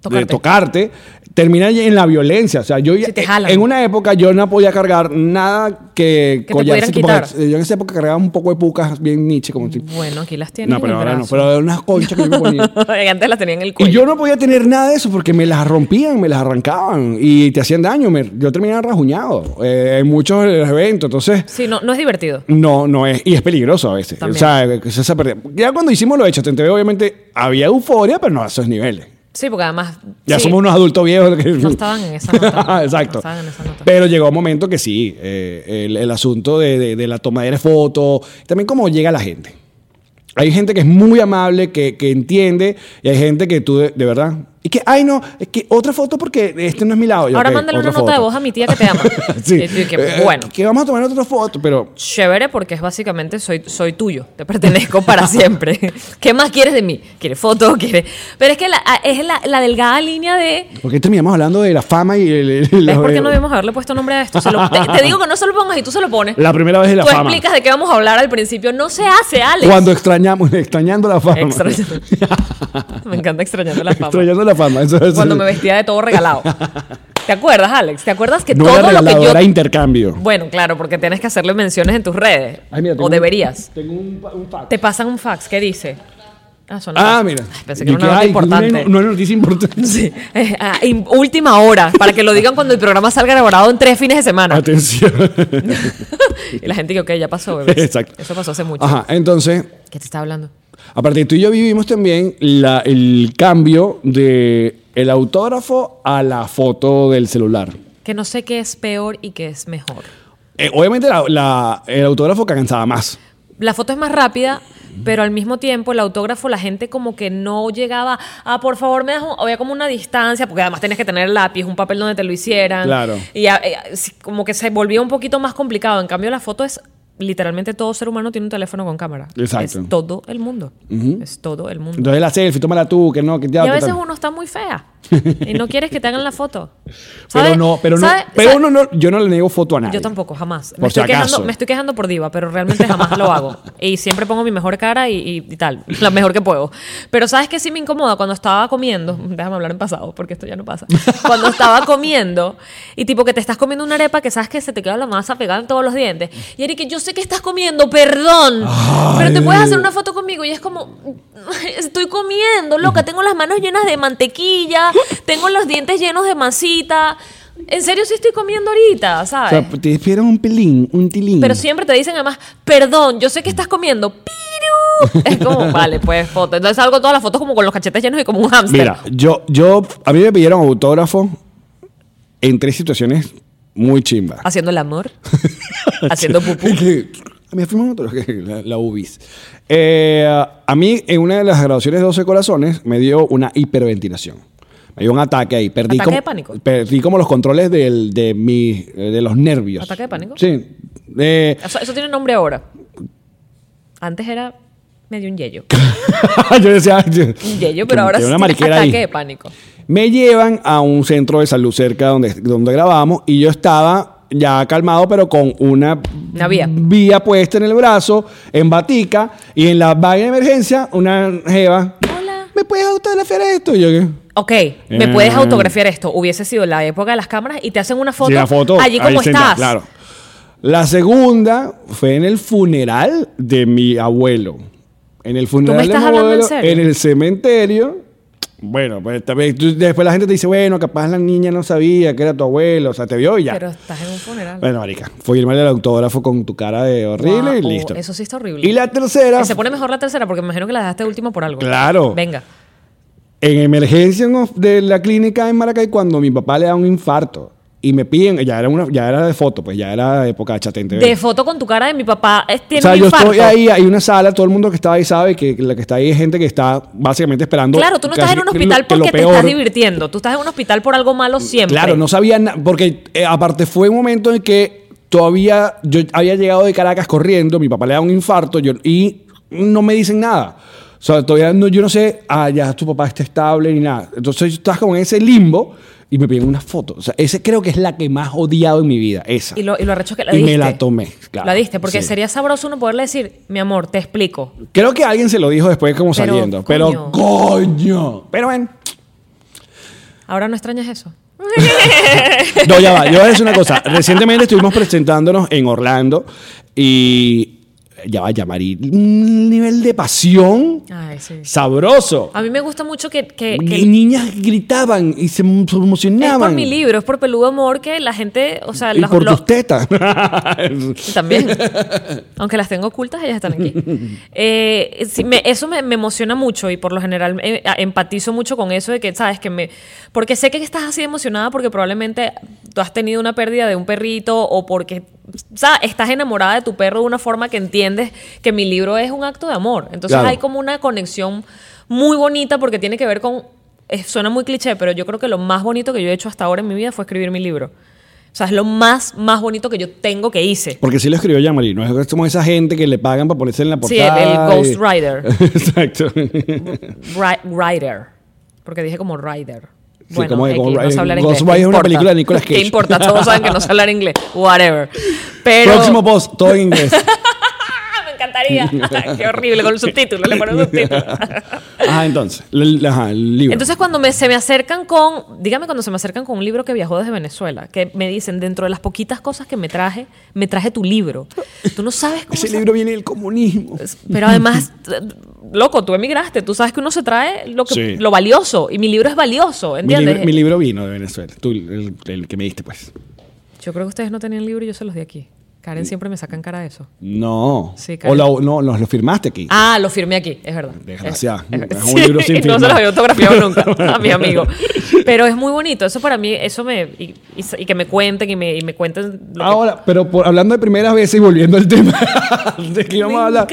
[SPEAKER 2] de
[SPEAKER 3] Tocarte.
[SPEAKER 2] tocarte. termina en la violencia. O sea, yo
[SPEAKER 3] Sí, te jalan.
[SPEAKER 2] en una época yo no podía cargar nada que,
[SPEAKER 3] Que te
[SPEAKER 2] collar-
[SPEAKER 3] pudieran
[SPEAKER 2] porque,
[SPEAKER 3] quitar.
[SPEAKER 2] eh, Yo en esa época cargaba un poco de pucas bien niche, como tipo.
[SPEAKER 3] Bueno, aquí las tienes.
[SPEAKER 2] No, pero ahora no, pero eran unas conchas que yo me ponía.
[SPEAKER 3] Antes las tenía en el
[SPEAKER 2] Y
[SPEAKER 3] cuello.
[SPEAKER 2] yo no podía tener nada de eso porque me las rompían, me las arrancaban y te hacían daño. me- yo terminaba rajuñado eh, en muchos de los eventos. Entonces,
[SPEAKER 3] Sí, no, no es divertido.
[SPEAKER 2] no, no es. Y es peligroso a veces.
[SPEAKER 3] También.
[SPEAKER 2] O sea, que se se perdió. Ya cuando hicimos los hechos, te enteré, obviamente, había euforia, pero no a esos niveles.
[SPEAKER 3] Sí, porque además.
[SPEAKER 2] Ya
[SPEAKER 3] sí,
[SPEAKER 2] somos unos adultos viejos. que-
[SPEAKER 3] No estaban en esa nota.
[SPEAKER 2] Exacto.
[SPEAKER 3] No estaban en esa nota.
[SPEAKER 2] Pero llegó un momento que sí, eh, el, el asunto de, de- de la tomadera de fotos, también cómo llega la gente. Hay gente que es muy amable, que, que entiende, y hay gente que tú, de, de verdad, y que, ay, no, es que otra foto porque este no es mi lado. Yo,
[SPEAKER 3] Ahora
[SPEAKER 2] "Ok,
[SPEAKER 3] mándale una
[SPEAKER 2] otra
[SPEAKER 3] nota de
[SPEAKER 2] foto".
[SPEAKER 3] voz a mi tía que te ama.
[SPEAKER 2] sí.
[SPEAKER 3] Y yo que,
[SPEAKER 2] Eh,
[SPEAKER 3] bueno.
[SPEAKER 2] Que vamos a tomar otra foto, pero
[SPEAKER 3] Chévere porque es básicamente soy, soy tuyo, te pertenezco para siempre. ¿Qué más quieres de mí? ¿Quieres foto? ¿Quieres? Pero es que la- ah, es la, la delgada línea de
[SPEAKER 2] ¿por qué terminamos este hablando de la fama y el... el- el-
[SPEAKER 3] ¿Ves por qué no debemos haberle puesto nombre a esto? Se lo- te, te digo que no se lo pongas y tú se lo pones.
[SPEAKER 2] La primera vez de la
[SPEAKER 3] tú
[SPEAKER 2] fama.
[SPEAKER 3] explicas de qué vamos a hablar al principio. No se hace, Alex.
[SPEAKER 2] Cuando extrañamos, extrañando la fama.
[SPEAKER 3] Extrañando- Me encanta extrañando la fama.
[SPEAKER 2] Extrañando la fama. eso- eso-
[SPEAKER 3] Cuando me vestía de todo regalado. ¿Te acuerdas, Alex? ¿Te acuerdas que
[SPEAKER 2] no
[SPEAKER 3] todo
[SPEAKER 2] era regalado,
[SPEAKER 3] lo que yo...
[SPEAKER 2] era intercambio.
[SPEAKER 3] Bueno, claro, porque tienes que hacerle menciones en tus redes.
[SPEAKER 2] Ay, mira, tengo
[SPEAKER 3] o
[SPEAKER 2] un-
[SPEAKER 3] deberías.
[SPEAKER 2] tengo un, pa- un fax.
[SPEAKER 3] Te pasan un fax, ¿qué dice? Ah, son
[SPEAKER 2] Ah,
[SPEAKER 3] las-
[SPEAKER 2] mira.
[SPEAKER 3] Ay, Pensé que
[SPEAKER 2] Yo
[SPEAKER 3] era una nota
[SPEAKER 2] ay,
[SPEAKER 3] importante.
[SPEAKER 2] No, no era noticia importante.
[SPEAKER 3] Sí. Eh, ah, in- última hora, para que lo digan cuando el programa salga grabado en tres fines de semana.
[SPEAKER 2] Ah, Atención.
[SPEAKER 3] y la gente que, ok, ya pasó, bebés.
[SPEAKER 2] Exacto.
[SPEAKER 3] Eso pasó hace mucho.
[SPEAKER 2] Ajá, entonces,
[SPEAKER 3] ¿Qué te está hablando?
[SPEAKER 2] aparte tú y yo vivimos también la- el cambio de el autógrafo a la foto del celular.
[SPEAKER 3] Que no sé qué es peor y qué es mejor.
[SPEAKER 2] Eh, obviamente la- la- el autógrafo cansaba más.
[SPEAKER 3] La foto es más rápida, pero al mismo tiempo el autógrafo, la gente como que no llegaba a, "Ah, por favor, me das un... Había como una distancia, porque además tenías que tener lápiz, un papel donde te lo hicieran.
[SPEAKER 2] Claro.
[SPEAKER 3] Y a- eh, sí, como que se volvía un poquito más complicado. En cambio, la foto es... Literalmente todo ser humano tiene un teléfono con cámara.
[SPEAKER 2] Exacto.
[SPEAKER 3] Es todo el mundo. Es todo el mundo.
[SPEAKER 2] Entonces la selfie, tómala tú, que no, que ya.
[SPEAKER 3] y a
[SPEAKER 2] que
[SPEAKER 3] veces
[SPEAKER 2] tal.
[SPEAKER 3] uno está muy fea y no quieres que te hagan la foto.
[SPEAKER 2] Pero
[SPEAKER 3] ¿Sabes?
[SPEAKER 2] no, pero no,
[SPEAKER 3] ¿Sabes?
[SPEAKER 2] pero
[SPEAKER 3] ¿Sabes?
[SPEAKER 2] no, no, yo no le niego foto a nadie.
[SPEAKER 3] Yo tampoco, jamás.
[SPEAKER 2] Por
[SPEAKER 3] Me estoy,
[SPEAKER 2] si acaso.
[SPEAKER 3] quejando, me estoy quejando por diva, pero realmente jamás lo hago. Y siempre pongo mi mejor cara y, y- y tal, la mejor que puedo. Pero ¿sabes qué sí me incomoda? Cuando estaba comiendo, déjame hablar en pasado, porque esto ya no pasa. Cuando estaba comiendo y tipo que te estás comiendo una arepa que sabes que se te queda la masa pegada en todos los dientes. Y Eric, yo sé que estás comiendo, perdón, pero te puedes hacer una foto conmigo y es como, estoy comiendo, loca, tengo las manos llenas de mantequilla, tengo los dientes llenos de masita. En serio, sí estoy comiendo ahorita,
[SPEAKER 2] O
[SPEAKER 3] ¿sabes?
[SPEAKER 2] sea, te despidieron un pelín, un tilín.
[SPEAKER 3] Pero siempre te dicen además, perdón, yo sé que estás comiendo, piru. Es como, vale, pues foto. Entonces salgo todas las fotos como con los cachetes llenos y como un hámster.
[SPEAKER 2] Mira, yo, yo, a mí me pidieron autógrafo en tres situaciones muy chimbas.
[SPEAKER 3] Haciendo el amor, haciendo pupú.
[SPEAKER 2] Y que, A mí me firmaron autógrafo, la, la UBIS. Eh, a mí, en una de las grabaciones de 12 Corazones, me dio una hiperventilación. Me dio un ataque ahí. Perdí
[SPEAKER 3] ¿Ataque
[SPEAKER 2] como,
[SPEAKER 3] de pánico?
[SPEAKER 2] Perdí como los controles del- de, mi, de los nervios.
[SPEAKER 3] ¿Ataque de pánico?
[SPEAKER 2] Sí. Eh,
[SPEAKER 3] Eso, eso tiene nombre ahora. Antes era medio un yello.
[SPEAKER 2] yo decía... yo-
[SPEAKER 3] Un yello,
[SPEAKER 2] que me
[SPEAKER 3] pero ahora
[SPEAKER 2] quedó
[SPEAKER 3] sí
[SPEAKER 2] una
[SPEAKER 3] tiene
[SPEAKER 2] mariquera
[SPEAKER 3] ataque
[SPEAKER 2] ahí.
[SPEAKER 3] de pánico.
[SPEAKER 2] Me llevan a un centro de salud cerca donde, donde grabamos y yo estaba ya calmado, pero con una,
[SPEAKER 3] Una vía.
[SPEAKER 2] vía puesta en el brazo, en batica, y en la vaina de emergencia, una jeva.
[SPEAKER 3] Hola.
[SPEAKER 2] ¿Me puedes autografiar esto? Y yo, ¿qué?
[SPEAKER 3] Ok, me puedes
[SPEAKER 2] Eh.
[SPEAKER 3] autografiar esto. Hubiese sido la época de las cámaras y te hacen una foto,
[SPEAKER 2] Sí, la foto.
[SPEAKER 3] allí como
[SPEAKER 2] ahí sentada,
[SPEAKER 3] estás.
[SPEAKER 2] claro. La segunda fue en el funeral de mi abuelo. En el funeral
[SPEAKER 3] estás
[SPEAKER 2] de mi
[SPEAKER 3] hablando en
[SPEAKER 2] abuelo,
[SPEAKER 3] serio?
[SPEAKER 2] el cementerio. Bueno, pues también tú- después la gente te dice, bueno, capaz la niña no sabía que era tu abuelo, o sea, te vio y ya.
[SPEAKER 3] Pero estás en un funeral.
[SPEAKER 2] Bueno, marica, fue irme al autógrafo con tu cara de horrible y
[SPEAKER 3] Guau,
[SPEAKER 2] listo.
[SPEAKER 3] Eso sí está horrible.
[SPEAKER 2] Y la tercera,
[SPEAKER 3] Que se pone mejor la tercera porque me imagino que la dejaste última por algo.
[SPEAKER 2] Claro.
[SPEAKER 3] Venga.
[SPEAKER 2] en emergencia en of- de la clínica en Maracay, cuando mi papá le da un infarto y me piden, ya era, una, ya era de foto, pues ya era época chatente.
[SPEAKER 3] De foto con tu cara de mi papá eh, tiene
[SPEAKER 2] O sea,
[SPEAKER 3] un
[SPEAKER 2] yo
[SPEAKER 3] infarto.
[SPEAKER 2] estoy ahí, hay una sala, todo el mundo que está ahí sabe que la que está ahí es gente que está básicamente esperando.
[SPEAKER 3] Claro, tú no
[SPEAKER 2] casi
[SPEAKER 3] estás en un
[SPEAKER 2] que lo-
[SPEAKER 3] hospital
[SPEAKER 2] que lo
[SPEAKER 3] porque te estás
[SPEAKER 2] peor. Mm,
[SPEAKER 3] divirtiendo. Tú estás en un hospital por algo malo siempre.
[SPEAKER 2] Claro, no sabía nada, porque eh, aparte fue un momento en que todavía yo había llegado de Caracas corriendo, mi papá le da un infarto yo- y no me dicen nada. O sea, todavía no, yo no sé, ah, ya tu papá está estable ni nada. Entonces estás como en ese limbo y me piden una foto. O sea, ese creo que es la que más odiado en mi vida, esa.
[SPEAKER 3] Y lo, y lo arrecho es que la
[SPEAKER 2] Y me
[SPEAKER 3] diste.
[SPEAKER 2] la tomé, claro,
[SPEAKER 3] La diste, porque
[SPEAKER 2] sí.
[SPEAKER 3] sería sabroso uno poderle decir, mi amor, te explico.
[SPEAKER 2] Creo que alguien se lo dijo después como
[SPEAKER 3] Pero,
[SPEAKER 2] saliendo,
[SPEAKER 3] coño.
[SPEAKER 2] pero coño. Pero bueno.
[SPEAKER 3] Ahora no extrañas eso.
[SPEAKER 2] No, ya va. Yo voy a decir una cosa. Recientemente estuvimos presentándonos en Orlando y ya va, ya Mari, un nivel de pasión
[SPEAKER 3] Ay, sí.
[SPEAKER 2] sabroso.
[SPEAKER 3] A mí me gusta mucho que, Ah, que- que
[SPEAKER 2] Y niñas gritaban y se m- se
[SPEAKER 3] es
[SPEAKER 2] emocionaban.
[SPEAKER 3] por mi libro, es por Peludo Amor que la gente, o sea,
[SPEAKER 2] Y
[SPEAKER 3] los-
[SPEAKER 2] por
[SPEAKER 3] los-
[SPEAKER 2] tus tetas.
[SPEAKER 3] También. Aunque las tengo ocultas, ellas están aquí. Eh, sí, me- eso me, me emociona mucho y por lo general eh, a- empatizo mucho con eso de que, ¿sabes? que me Porque sé que estás así emocionada porque probablemente tú has tenido una pérdida de un perrito o porque ¿sabes? estás enamorada de tu perro de una forma que entiendes que mi libro es un acto de amor. Entonces
[SPEAKER 2] Claro.
[SPEAKER 3] hay como una conexión muy bonita porque tiene que ver con... eh, Suena muy cliché, pero yo creo que lo más bonito que yo he hecho hasta ahora en mi vida fue escribir mi libro. O sea, es lo más, más bonito que yo tengo que hice.
[SPEAKER 2] Porque sí lo escribió Yamari, no es como esa gente que le pagan para ponerse en la
[SPEAKER 3] Sí, el-
[SPEAKER 2] portada.
[SPEAKER 3] el
[SPEAKER 2] y-
[SPEAKER 3] Ghost Rider.
[SPEAKER 2] Exacto.
[SPEAKER 3] Ri- rider. Porque dije como Rider.
[SPEAKER 2] Sí,
[SPEAKER 3] Bueno,
[SPEAKER 2] como- como
[SPEAKER 3] X, no
[SPEAKER 2] Rider.
[SPEAKER 3] sé hablar
[SPEAKER 2] Ghost
[SPEAKER 3] inglés. ¿qué
[SPEAKER 2] Rider es una
[SPEAKER 3] importa?
[SPEAKER 2] película de Nicolas Cage.
[SPEAKER 3] ¿Qué importa? Todos saben que no sé hablar inglés. Whatever. Pero...
[SPEAKER 2] Próximo post, todo en inglés.
[SPEAKER 3] ¡Ah, me encantaría! ¡Qué horrible! Con el subtítulo. Le ponen un subtítulo.
[SPEAKER 2] ajá, entonces. el- ajá, el libro.
[SPEAKER 3] Entonces cuando me, se me acercan con, dígame cuando se me acercan con un libro que viajó desde Venezuela, que me dicen, dentro de las poquitas cosas que me traje, me traje tu libro. Tú no sabes cómo
[SPEAKER 2] Ese
[SPEAKER 3] se-
[SPEAKER 2] libro viene del comunismo.
[SPEAKER 3] Pero además, t- loco, tú emigraste, tú sabes que uno se trae lo, que,
[SPEAKER 2] Sí.
[SPEAKER 3] lo valioso, y mi libro es valioso,
[SPEAKER 2] Mi
[SPEAKER 3] ¿entiendes?
[SPEAKER 2] libro, mi libro vino de Venezuela, tú, el, el que me diste, pues.
[SPEAKER 3] Yo creo que ustedes no tenían libro y yo se los di aquí. Karen siempre me sacan cara de eso.
[SPEAKER 2] No.
[SPEAKER 3] Sí,
[SPEAKER 2] o
[SPEAKER 3] claro.
[SPEAKER 2] lo, no, nos lo firmaste aquí.
[SPEAKER 3] Ah, lo firmé aquí, es verdad.
[SPEAKER 2] Desgraciado.
[SPEAKER 3] Es-
[SPEAKER 2] Es
[SPEAKER 3] es-
[SPEAKER 2] un libro sin
[SPEAKER 3] y No se
[SPEAKER 2] firmar.
[SPEAKER 3] los había autografiado nunca a mi amigo. Pero es muy bonito, eso para mí, eso me. Y, y- y que me cuenten y me, y me cuenten. lo que-
[SPEAKER 2] Ahora, pero por- hablando de primeras veces y volviendo al tema de que íbamos a hablar.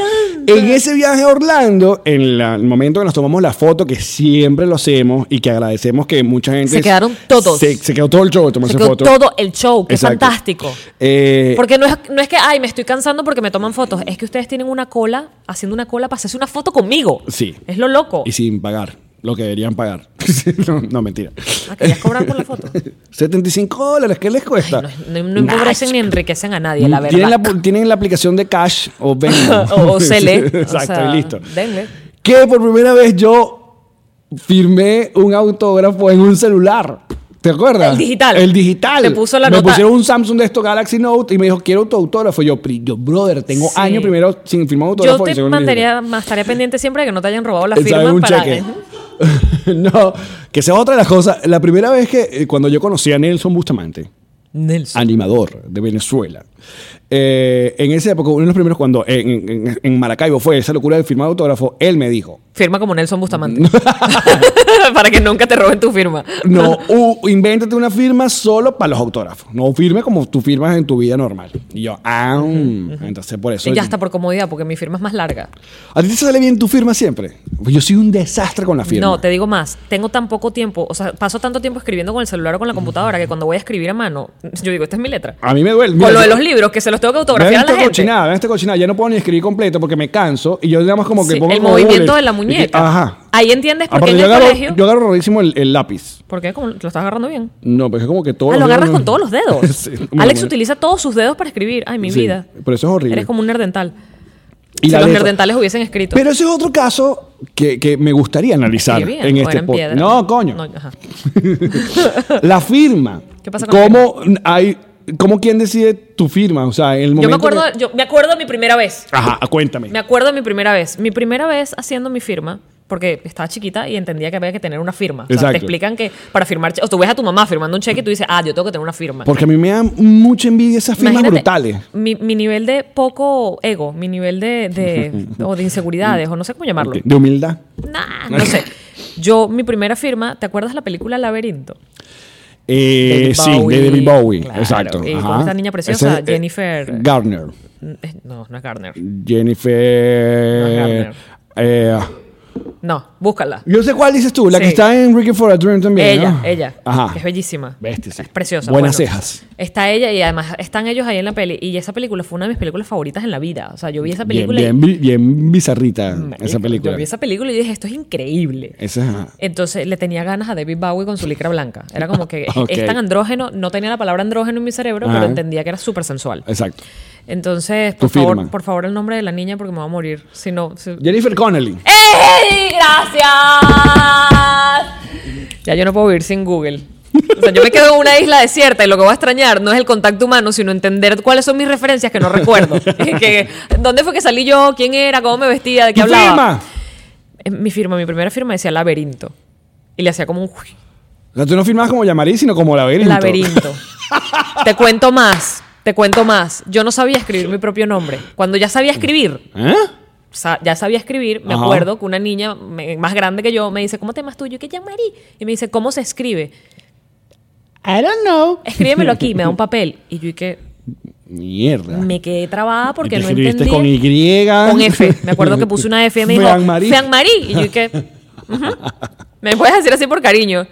[SPEAKER 2] En ese viaje a Orlando, en la- el momento que nos tomamos la foto, que siempre lo hacemos y que agradecemos que mucha gente.
[SPEAKER 3] Se quedaron todos.
[SPEAKER 2] Se, se quedó todo el show de tomarse
[SPEAKER 3] se quedó
[SPEAKER 2] foto.
[SPEAKER 3] todo el show, que es
[SPEAKER 2] Exacto.
[SPEAKER 3] fantástico.
[SPEAKER 2] Eh,
[SPEAKER 3] Porque no es, no es que, ay, me estoy cansando porque me toman fotos. Es que ustedes tienen una cola, haciendo una cola para hacerse una foto conmigo.
[SPEAKER 2] Sí.
[SPEAKER 3] Es lo loco.
[SPEAKER 2] Y sin pagar lo que deberían pagar. no, no, mentira.
[SPEAKER 3] Ah, ¿querías cobrar por la foto?
[SPEAKER 2] 75 dólares, ¿qué les cuesta?
[SPEAKER 3] Ay, no, no- no empobrecen ni enriquecen a nadie, la verdad.
[SPEAKER 2] Tienen la, pu- tienen la aplicación de Cash o Venmo.
[SPEAKER 3] o, o Cele. O
[SPEAKER 2] Exacto,
[SPEAKER 3] sea,
[SPEAKER 2] y listo.
[SPEAKER 3] Denle.
[SPEAKER 2] Que por primera vez yo firmé un autógrafo en un celular. ¿Te acuerdas?
[SPEAKER 3] El digital.
[SPEAKER 2] El digital.
[SPEAKER 3] Te puso la
[SPEAKER 2] me
[SPEAKER 3] nota.
[SPEAKER 2] pusieron un Samsung de estos Galaxy Note y me dijo, quiero tu autógrafo. Yo, pri- yo brother, tengo
[SPEAKER 3] Sí.
[SPEAKER 2] años primero sin firmar
[SPEAKER 3] Yo
[SPEAKER 2] autógrafo. y
[SPEAKER 3] te
[SPEAKER 2] segundo digital.
[SPEAKER 3] mandaría, más estaría pendiente siempre de que no te hayan robado la
[SPEAKER 2] Él sabe
[SPEAKER 3] firma
[SPEAKER 2] un
[SPEAKER 3] para.
[SPEAKER 2] cheque.
[SPEAKER 3] Ujú.
[SPEAKER 2] no, que sea otra de las cosas. La primera vez que, eh, cuando yo conocí a Nelson Bustamante,
[SPEAKER 3] Nelson.
[SPEAKER 2] animador de Venezuela. Eh, en esa época, uno de los primeros, cuando en, en- en Maracaibo fue esa locura de firmar autógrafo, él me dijo,
[SPEAKER 3] Firma como Nelson Bustamante. para que nunca te roben tu firma.
[SPEAKER 2] no, u- invéntate una firma solo para los autógrafos, no firme como tú firmas en tu vida normal. Y yo, ah, mm". entonces por eso...
[SPEAKER 3] Y ya está por comodidad, porque mi firma es más larga.
[SPEAKER 2] ¿A ti te sale bien tu firma siempre? Pues yo soy un desastre con la firma.
[SPEAKER 3] No, te digo más. Tengo tan poco tiempo. O sea, paso tanto tiempo escribiendo con el celular o con la computadora que cuando voy a escribir a mano, yo digo, esta es mi letra.
[SPEAKER 2] A mí me duele.
[SPEAKER 3] Con lo de
[SPEAKER 2] Ah, yo-
[SPEAKER 3] los libros, que se los tengo que autografiar
[SPEAKER 2] Vean
[SPEAKER 3] a la
[SPEAKER 2] esta
[SPEAKER 3] gente.
[SPEAKER 2] cochinada, vean esta cochinada. Ya no puedo ni escribir completo porque me canso y yo nada más como que
[SPEAKER 3] Sí,
[SPEAKER 2] pongo
[SPEAKER 3] el
[SPEAKER 2] como
[SPEAKER 3] movimiento
[SPEAKER 2] bullet.
[SPEAKER 3] de la
[SPEAKER 2] Y que-
[SPEAKER 3] muñeca.
[SPEAKER 2] ajá.
[SPEAKER 3] Ahí entiendes por
[SPEAKER 2] Aparte,
[SPEAKER 3] qué en
[SPEAKER 2] yo
[SPEAKER 3] el
[SPEAKER 2] agarro,
[SPEAKER 3] colegio-
[SPEAKER 2] Yo agarro rarísimo el, el lápiz.
[SPEAKER 3] ¿Por qué? Como lo estás agarrando bien.
[SPEAKER 2] No, pero es como que todos
[SPEAKER 3] ah, lo
[SPEAKER 2] los
[SPEAKER 3] agarras
[SPEAKER 2] dedos-
[SPEAKER 3] con todos los dedos.
[SPEAKER 2] Sí,
[SPEAKER 3] Alex
[SPEAKER 2] bueno.
[SPEAKER 3] utiliza todos sus dedos para escribir. Ay, mi
[SPEAKER 2] Sí,
[SPEAKER 3] vida.
[SPEAKER 2] Pero eso es horrible.
[SPEAKER 3] Eres como un nerdental.
[SPEAKER 2] Y
[SPEAKER 3] si
[SPEAKER 2] la
[SPEAKER 3] los
[SPEAKER 2] letra-
[SPEAKER 3] nerdentales hubiesen escrito.
[SPEAKER 2] Pero ese es otro caso que, que me gustaría analizar
[SPEAKER 3] Escribían,
[SPEAKER 2] en
[SPEAKER 3] o
[SPEAKER 2] este
[SPEAKER 3] eran
[SPEAKER 2] podcast.
[SPEAKER 3] piedra.
[SPEAKER 2] No, coño.
[SPEAKER 3] No, ajá.
[SPEAKER 2] la firma.
[SPEAKER 3] ¿Qué pasa con la
[SPEAKER 2] ¿Cómo hay, ¿Cómo quién decide tu firma? O sea, en el momento
[SPEAKER 3] Yo me acuerdo,
[SPEAKER 2] que-
[SPEAKER 3] yo me acuerdo de mi primera vez.
[SPEAKER 2] Ajá, cuéntame.
[SPEAKER 3] Me acuerdo de mi primera vez. Mi primera vez haciendo mi firma, porque estaba chiquita y entendía que había que tener una firma. O sea,
[SPEAKER 2] Exacto.
[SPEAKER 3] te explican que para firmar, che- o tú ves a tu mamá firmando un cheque y tú dices, ah, yo tengo que tener una firma.
[SPEAKER 2] Porque a mí me dan mucha envidia esas firmas
[SPEAKER 3] Imagínate,
[SPEAKER 2] brutales.
[SPEAKER 3] Mi, mi nivel de poco ego, mi nivel de, de- o de inseguridades, o no sé cómo llamarlo.
[SPEAKER 2] Ok, De humildad.
[SPEAKER 3] Nah, no sé. Yo, mi primera firma, ¿te acuerdas la película Laberinto?
[SPEAKER 2] Eh,
[SPEAKER 3] David
[SPEAKER 2] sí,
[SPEAKER 3] Bowie,
[SPEAKER 2] de David Bowie.
[SPEAKER 3] claro.
[SPEAKER 2] Exacto.
[SPEAKER 3] Y con
[SPEAKER 2] ajá.
[SPEAKER 3] esta niña preciosa,
[SPEAKER 2] Ese es, eh,
[SPEAKER 3] Jennifer-
[SPEAKER 2] Garner.
[SPEAKER 3] Mm, eh, No, no es Garner. No,
[SPEAKER 2] Jennifer.
[SPEAKER 3] Garner.
[SPEAKER 2] eh,
[SPEAKER 3] No, búscala.
[SPEAKER 2] yo sé cuál dices tú, la que
[SPEAKER 3] Sí.
[SPEAKER 2] está en Ricky for a Dream también.
[SPEAKER 3] Ella,
[SPEAKER 2] ¿no?
[SPEAKER 3] ella,
[SPEAKER 2] Ajá.
[SPEAKER 3] que es bellísima.
[SPEAKER 2] Bestia, sí.
[SPEAKER 3] Es preciosa.
[SPEAKER 2] Buenas cejas.
[SPEAKER 3] Está ella y además están ellos ahí en la peli. Y esa película fue una de mis películas favoritas en la vida. O sea, yo vi esa
[SPEAKER 2] Bien,
[SPEAKER 3] película.
[SPEAKER 2] bien,
[SPEAKER 3] y-
[SPEAKER 2] bi- bien bizarrita
[SPEAKER 3] Marico,
[SPEAKER 2] esa película.
[SPEAKER 3] Yo vi esa película y dije, esto es increíble.
[SPEAKER 2] Esa es- ajá.
[SPEAKER 3] Entonces le tenía ganas a David Bowie con su licra blanca. Era como que
[SPEAKER 2] Ok.
[SPEAKER 3] es tan andrógeno, no tenía la palabra andrógeno en mi cerebro,
[SPEAKER 2] Ajá.
[SPEAKER 3] pero entendía que era súper sensual.
[SPEAKER 2] Exacto.
[SPEAKER 3] Entonces,
[SPEAKER 2] Tu
[SPEAKER 3] por favor,
[SPEAKER 2] firma.
[SPEAKER 3] por favor, el nombre de la niña porque me voy a morir. Si no. si-
[SPEAKER 2] Jennifer
[SPEAKER 3] Eh,
[SPEAKER 2] Connelly.
[SPEAKER 3] ¡Ey! ¡Gracias! Ya yo no puedo vivir sin Google. O sea, yo me quedo en una isla desierta y lo que voy a extrañar no es el contacto humano, sino entender cuáles son mis referencias que no recuerdo. Que- ¿Dónde fue que salí yo? ¿Quién era? ¿Cómo me vestía? ¿De qué
[SPEAKER 2] ¡Tu firma!
[SPEAKER 3] hablaba? Eh, Mi firma, mi primera firma decía laberinto. Y le hacía como un uy,
[SPEAKER 2] O sea, tú no firmabas como Yamari, sino como Laberinto.
[SPEAKER 3] laberinto. te cuento más, te cuento más. Yo no sabía escribir mi propio nombre. Cuando ya sabía escribir,
[SPEAKER 2] ¿Eh?
[SPEAKER 3] sa- ya sabía escribir, me
[SPEAKER 2] Ajá.
[SPEAKER 3] acuerdo que una niña me- más grande que yo me dice, ¿cómo te llamas tú? Yo, ¿qué llamarí? Y me dice, ¿cómo se escribe?
[SPEAKER 2] I don't know.
[SPEAKER 3] Escríbemelo aquí, me da un papel. Y yo, ¿y qué?
[SPEAKER 2] Mierda.
[SPEAKER 3] Me quedé trabada porque
[SPEAKER 2] ¿Y qué
[SPEAKER 3] no
[SPEAKER 2] escribiste
[SPEAKER 3] entendí.
[SPEAKER 2] con Y?
[SPEAKER 3] Con F. Me acuerdo que puse una F y me dijo,
[SPEAKER 2] Fean Marie.
[SPEAKER 3] Fean Marie. Y yo, ¿y qué? Ujú. Me puedes decir así por cariño.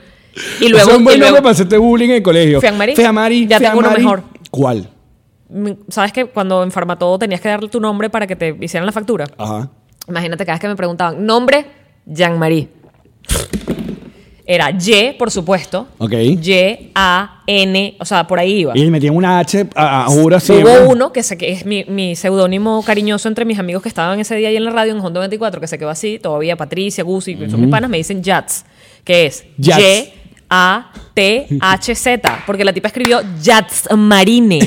[SPEAKER 3] Y
[SPEAKER 2] Ese
[SPEAKER 3] luego...
[SPEAKER 2] es un buen
[SPEAKER 3] y
[SPEAKER 2] nombre
[SPEAKER 3] luego-
[SPEAKER 2] para hacerte bullying en el colegio.
[SPEAKER 3] Fean Marie.
[SPEAKER 2] Fean Marie,
[SPEAKER 3] Ya
[SPEAKER 2] Fean
[SPEAKER 3] tengo uno
[SPEAKER 2] Marie.
[SPEAKER 3] mejor.
[SPEAKER 2] ¿Cuál?
[SPEAKER 3] mm, ¿Sabes que cuando en Farmatodo tenías que darle tu nombre para que te hicieran la factura?
[SPEAKER 2] Ajá.
[SPEAKER 3] Imagínate cada vez que me preguntaban, nombre, Jean-Marie. Era Y, por supuesto.
[SPEAKER 2] Ok.
[SPEAKER 3] Y, A, N, o sea, por ahí iba.
[SPEAKER 2] Y le metían una H a, a jura siempre.
[SPEAKER 3] Hubo uno que, se, que es mi, mi seudónimo cariñoso entre mis amigos que estaban ese día ahí en la radio en Hondo 24, que se quedó así, todavía Patricia, Gusi, que son mis panas, me dicen Jats, que es
[SPEAKER 2] Yats.
[SPEAKER 3] Y, A, T, H, Z, porque la tipa escribió Jats Marine.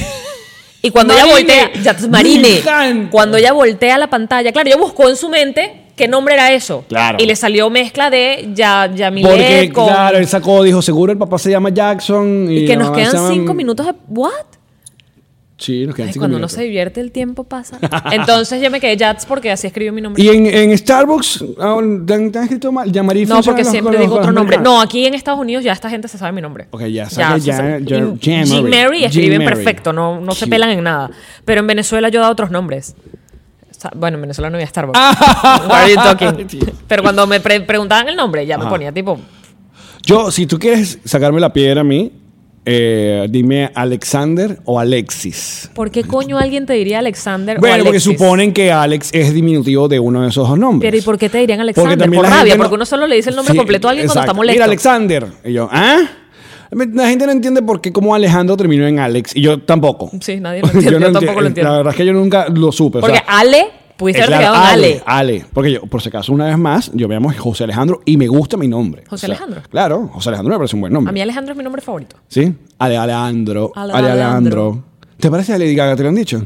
[SPEAKER 3] Y cuando ella
[SPEAKER 2] Marine.
[SPEAKER 3] voltea, Jats Marine,
[SPEAKER 2] Brillante.
[SPEAKER 3] cuando ella voltea la pantalla, claro, ella buscó en su mente qué nombre era eso.
[SPEAKER 2] Claro.
[SPEAKER 3] Y le salió mezcla de ya, Yamilet
[SPEAKER 2] Porque,
[SPEAKER 3] con-
[SPEAKER 2] claro, él sacó, dijo, seguro el papá se llama Jackson. Y,
[SPEAKER 3] y que
[SPEAKER 2] la
[SPEAKER 3] nos
[SPEAKER 2] mamá
[SPEAKER 3] quedan
[SPEAKER 2] se llama-
[SPEAKER 3] cinco minutos de... ¿What?
[SPEAKER 2] Sí, nos quedan
[SPEAKER 3] Ay,
[SPEAKER 2] cinco
[SPEAKER 3] cuando
[SPEAKER 2] minutos.
[SPEAKER 3] uno se divierte el tiempo pasa. Entonces yo me quedé Jats porque así escribió mi nombre.
[SPEAKER 2] Y en, en Starbucks, ah, ¿te han, te han escrito mal? Yamari
[SPEAKER 3] no, porque siempre digo otro nombre. No, aquí en Estados Unidos ya esta gente se sabe mi nombre.
[SPEAKER 2] Ok, ya sabe,
[SPEAKER 3] se
[SPEAKER 2] ya-
[SPEAKER 3] sabe.
[SPEAKER 2] ya-
[SPEAKER 3] Y
[SPEAKER 2] Jean
[SPEAKER 3] Jean
[SPEAKER 2] Mary.
[SPEAKER 3] Mary escriben
[SPEAKER 2] Jean Mary.
[SPEAKER 3] perfecto, no, no se
[SPEAKER 2] Sí.
[SPEAKER 3] pelan en nada. Pero en Venezuela yo da otros nombres. O sea, Bueno, en Venezuela no había Starbucks. What are you talking?
[SPEAKER 2] Sí.
[SPEAKER 3] Pero cuando me pre- preguntaban el nombre, ya
[SPEAKER 2] Ajá.
[SPEAKER 3] me ponía tipo.
[SPEAKER 2] Yo, si tú quieres sacarme la piedra a mí, eh, dime Alexander o Alexis.
[SPEAKER 3] ¿Por qué coño alguien te diría Alexander
[SPEAKER 2] Bueno,
[SPEAKER 3] o
[SPEAKER 2] porque
[SPEAKER 3] Alexis?
[SPEAKER 2] suponen que Alex es diminutivo de uno de esos dos nombres.
[SPEAKER 3] Pero ¿y por qué te dirían Alexander?
[SPEAKER 2] también
[SPEAKER 3] Por
[SPEAKER 2] la gente
[SPEAKER 3] rabia,
[SPEAKER 2] no-
[SPEAKER 3] porque uno solo le dice el nombre
[SPEAKER 2] Sí,
[SPEAKER 3] completo a alguien cuando
[SPEAKER 2] exacto.
[SPEAKER 3] está molesto.
[SPEAKER 2] Mira, Alexander. Y yo, ¿ah? La gente no entiende por qué como Alejandro terminó en Alex. Y yo tampoco.
[SPEAKER 3] Sí, nadie lo entiende, yo tampoco lo entiendo.
[SPEAKER 2] La verdad es que yo nunca lo supe. o
[SPEAKER 3] Porque
[SPEAKER 2] sea,
[SPEAKER 3] Ale, pudiste
[SPEAKER 2] eh,
[SPEAKER 3] haber
[SPEAKER 2] claro,
[SPEAKER 3] quedado en Ale.
[SPEAKER 2] Ale. Ale. Porque yo, por si acaso, una vez más, yo me llamo José Alejandro y me gusta mi nombre.
[SPEAKER 3] José Alejandro.
[SPEAKER 2] Claro, José Alejandro me parece un buen nombre.
[SPEAKER 3] A mí Alejandro es mi nombre favorito.
[SPEAKER 2] ¿Sí? Ale Alejandro.
[SPEAKER 3] Ale-
[SPEAKER 2] Ale Alejandro.
[SPEAKER 3] Alejandro.
[SPEAKER 2] ¿Te parece a Lady Gaga? ¿Te lo han dicho?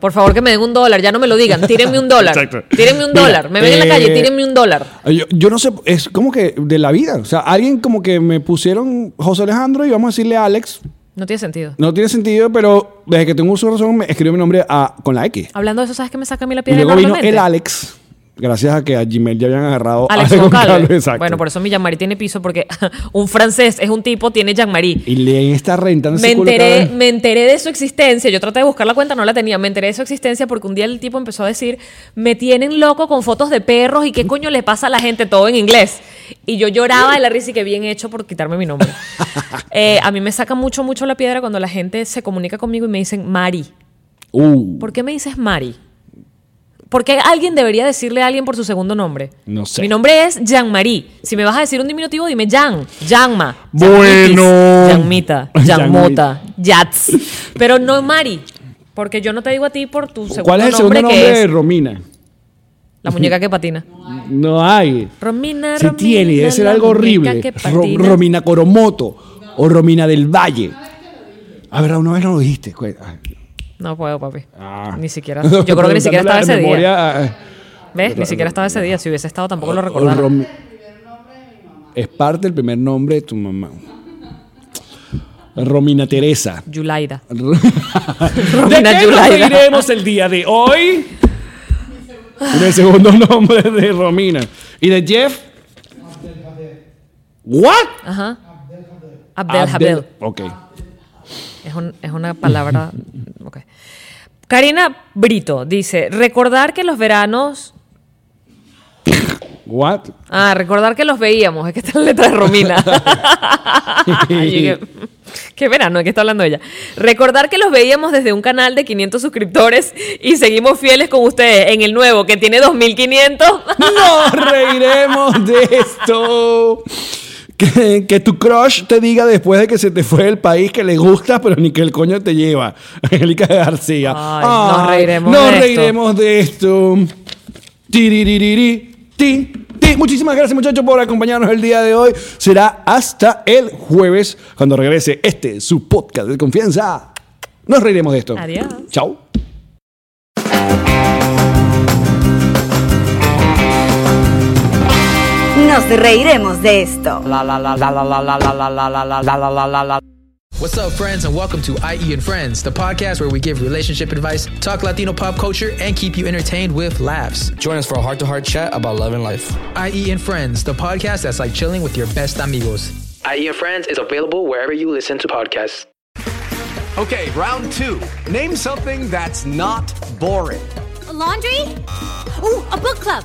[SPEAKER 3] Por favor, que me den un dólar, ya no me lo digan. Tírenme un dólar.
[SPEAKER 2] Exacto.
[SPEAKER 3] Tírenme un
[SPEAKER 2] Mira,
[SPEAKER 3] dólar. Me ven en
[SPEAKER 2] eh,
[SPEAKER 3] la calle, tírenme un dólar.
[SPEAKER 2] Yo, yo no sé, es como que de la vida. O sea, alguien como que me pusieron José Alejandro y vamos a decirle Alex.
[SPEAKER 3] No tiene sentido.
[SPEAKER 2] No tiene sentido, pero desde que tengo uso de razón me escribió mi nombre a- con la X.
[SPEAKER 3] Hablando de eso, ¿sabes qué me saca a mí la
[SPEAKER 2] Y
[SPEAKER 3] piedra
[SPEAKER 2] luego vino
[SPEAKER 3] enormemente?
[SPEAKER 2] el Alex, gracias a que a Gmail ya habían agarrado
[SPEAKER 3] Alex
[SPEAKER 2] a
[SPEAKER 3] Goncalves.
[SPEAKER 2] exacto.
[SPEAKER 3] Bueno, por eso mi Jean-Marie tiene piso, porque un francés es un tipo, tiene Jean-Marie.
[SPEAKER 2] Y le está rentando
[SPEAKER 3] Me
[SPEAKER 2] ese culo cada
[SPEAKER 3] enteré,
[SPEAKER 2] vez.
[SPEAKER 3] me enteré de su existencia. Yo traté de buscar la cuenta, no la tenía. Me enteré de su existencia porque un día el tipo empezó a decir: Me tienen loco con fotos de perros y qué coño le pasa a la gente, todo en inglés. Y yo lloraba de la risa y que bien hecho por quitarme mi nombre. Eh, a mí me saca mucho, mucho la piedra cuando la gente se comunica conmigo y me dicen Mari.
[SPEAKER 2] Uh,
[SPEAKER 3] ¿Por qué me dices Mari? ¿Por qué alguien debería decirle a alguien por su segundo nombre?
[SPEAKER 2] No sé.
[SPEAKER 3] Mi nombre es Jean-Marie. Si me vas a decir un diminutivo, dime Jan, Janma,
[SPEAKER 2] Bueno.
[SPEAKER 3] Janmita, Janmota, Yats. Pero no Mari, porque yo no te digo a ti por tu segundo,
[SPEAKER 2] ¿Cuál es el segundo nombre,
[SPEAKER 3] que
[SPEAKER 2] de
[SPEAKER 3] es
[SPEAKER 2] Romina?
[SPEAKER 3] la muñeca que patina.
[SPEAKER 2] No hay.
[SPEAKER 3] Romina,
[SPEAKER 2] Se
[SPEAKER 3] Ah, Romina,
[SPEAKER 2] tiene, debe ser
[SPEAKER 3] la
[SPEAKER 2] algo
[SPEAKER 3] muñeca
[SPEAKER 2] horrible.
[SPEAKER 3] que
[SPEAKER 2] Ro-
[SPEAKER 3] patina.
[SPEAKER 2] Romina Coromoto o Romina del Valle. A ver, una vez no lo dijiste. cu- ah.
[SPEAKER 3] No puedo, papi.
[SPEAKER 2] Ah.
[SPEAKER 3] Ni siquiera. Yo creo que ni siquiera
[SPEAKER 2] Preguntando la
[SPEAKER 3] estaba ese día.
[SPEAKER 2] memoria, ah,
[SPEAKER 3] ¿Ves? Ni siquiera estaba ese día. Si hubiese estado, tampoco lo
[SPEAKER 2] ah,
[SPEAKER 3] recordaba.
[SPEAKER 2] Romi- Es parte del primer nombre de tu mamá. Romina Teresa.
[SPEAKER 3] Yulaida.
[SPEAKER 2] ¿De
[SPEAKER 3] Romina
[SPEAKER 2] qué nos
[SPEAKER 3] Yulaida.
[SPEAKER 2] reiremos el día de hoy? El segundo nombre de Romina. ¿Y de Jeff? ¿What?
[SPEAKER 3] Ajá. Abdel Habel.
[SPEAKER 2] Ok.
[SPEAKER 3] Es, un- es una palabra. ok. Karina Brito dice: recordar que los veranos.
[SPEAKER 2] ¿What?
[SPEAKER 3] Ah, recordar que los veíamos. Es que está la letra de Romina. Yo dije, Qué verano, ¿de qué está hablando ella? Recordar que los veíamos desde un canal de 500 suscriptores y seguimos fieles con ustedes en el nuevo que tiene 2500.
[SPEAKER 2] Nos reiremos de esto. Que, que tu crush te diga después de que se te fue el país que le gusta, pero ni que el coño te lleva. Angélica García.
[SPEAKER 3] Ay, nos reiremos
[SPEAKER 2] nos
[SPEAKER 3] de esto.
[SPEAKER 2] reiremos de esto. Tiriririri, ti, ti. Santi, muchísimas gracias muchachos por acompañarnos el día de hoy. Será hasta el jueves cuando regrese este, su podcast de confianza. Nos reiremos de esto.
[SPEAKER 3] Adiós.
[SPEAKER 2] Chao.
[SPEAKER 1] Nos reiremos de esto.
[SPEAKER 4] la la la la la la la la la la la la la la la la
[SPEAKER 5] What's up, friends, and welcome to IE and Friends, the podcast where we give relationship advice, talk Latino pop culture, and keep you entertained with laughs.
[SPEAKER 6] Join us for a heart to heart chat about love and life.
[SPEAKER 5] IE and Friends, the podcast that's like chilling with your best amigos.
[SPEAKER 7] IE E and Friends is available wherever you listen to podcasts.
[SPEAKER 8] Okay, round two. Name something that's not boring.
[SPEAKER 9] laundry? Ooh, a book club.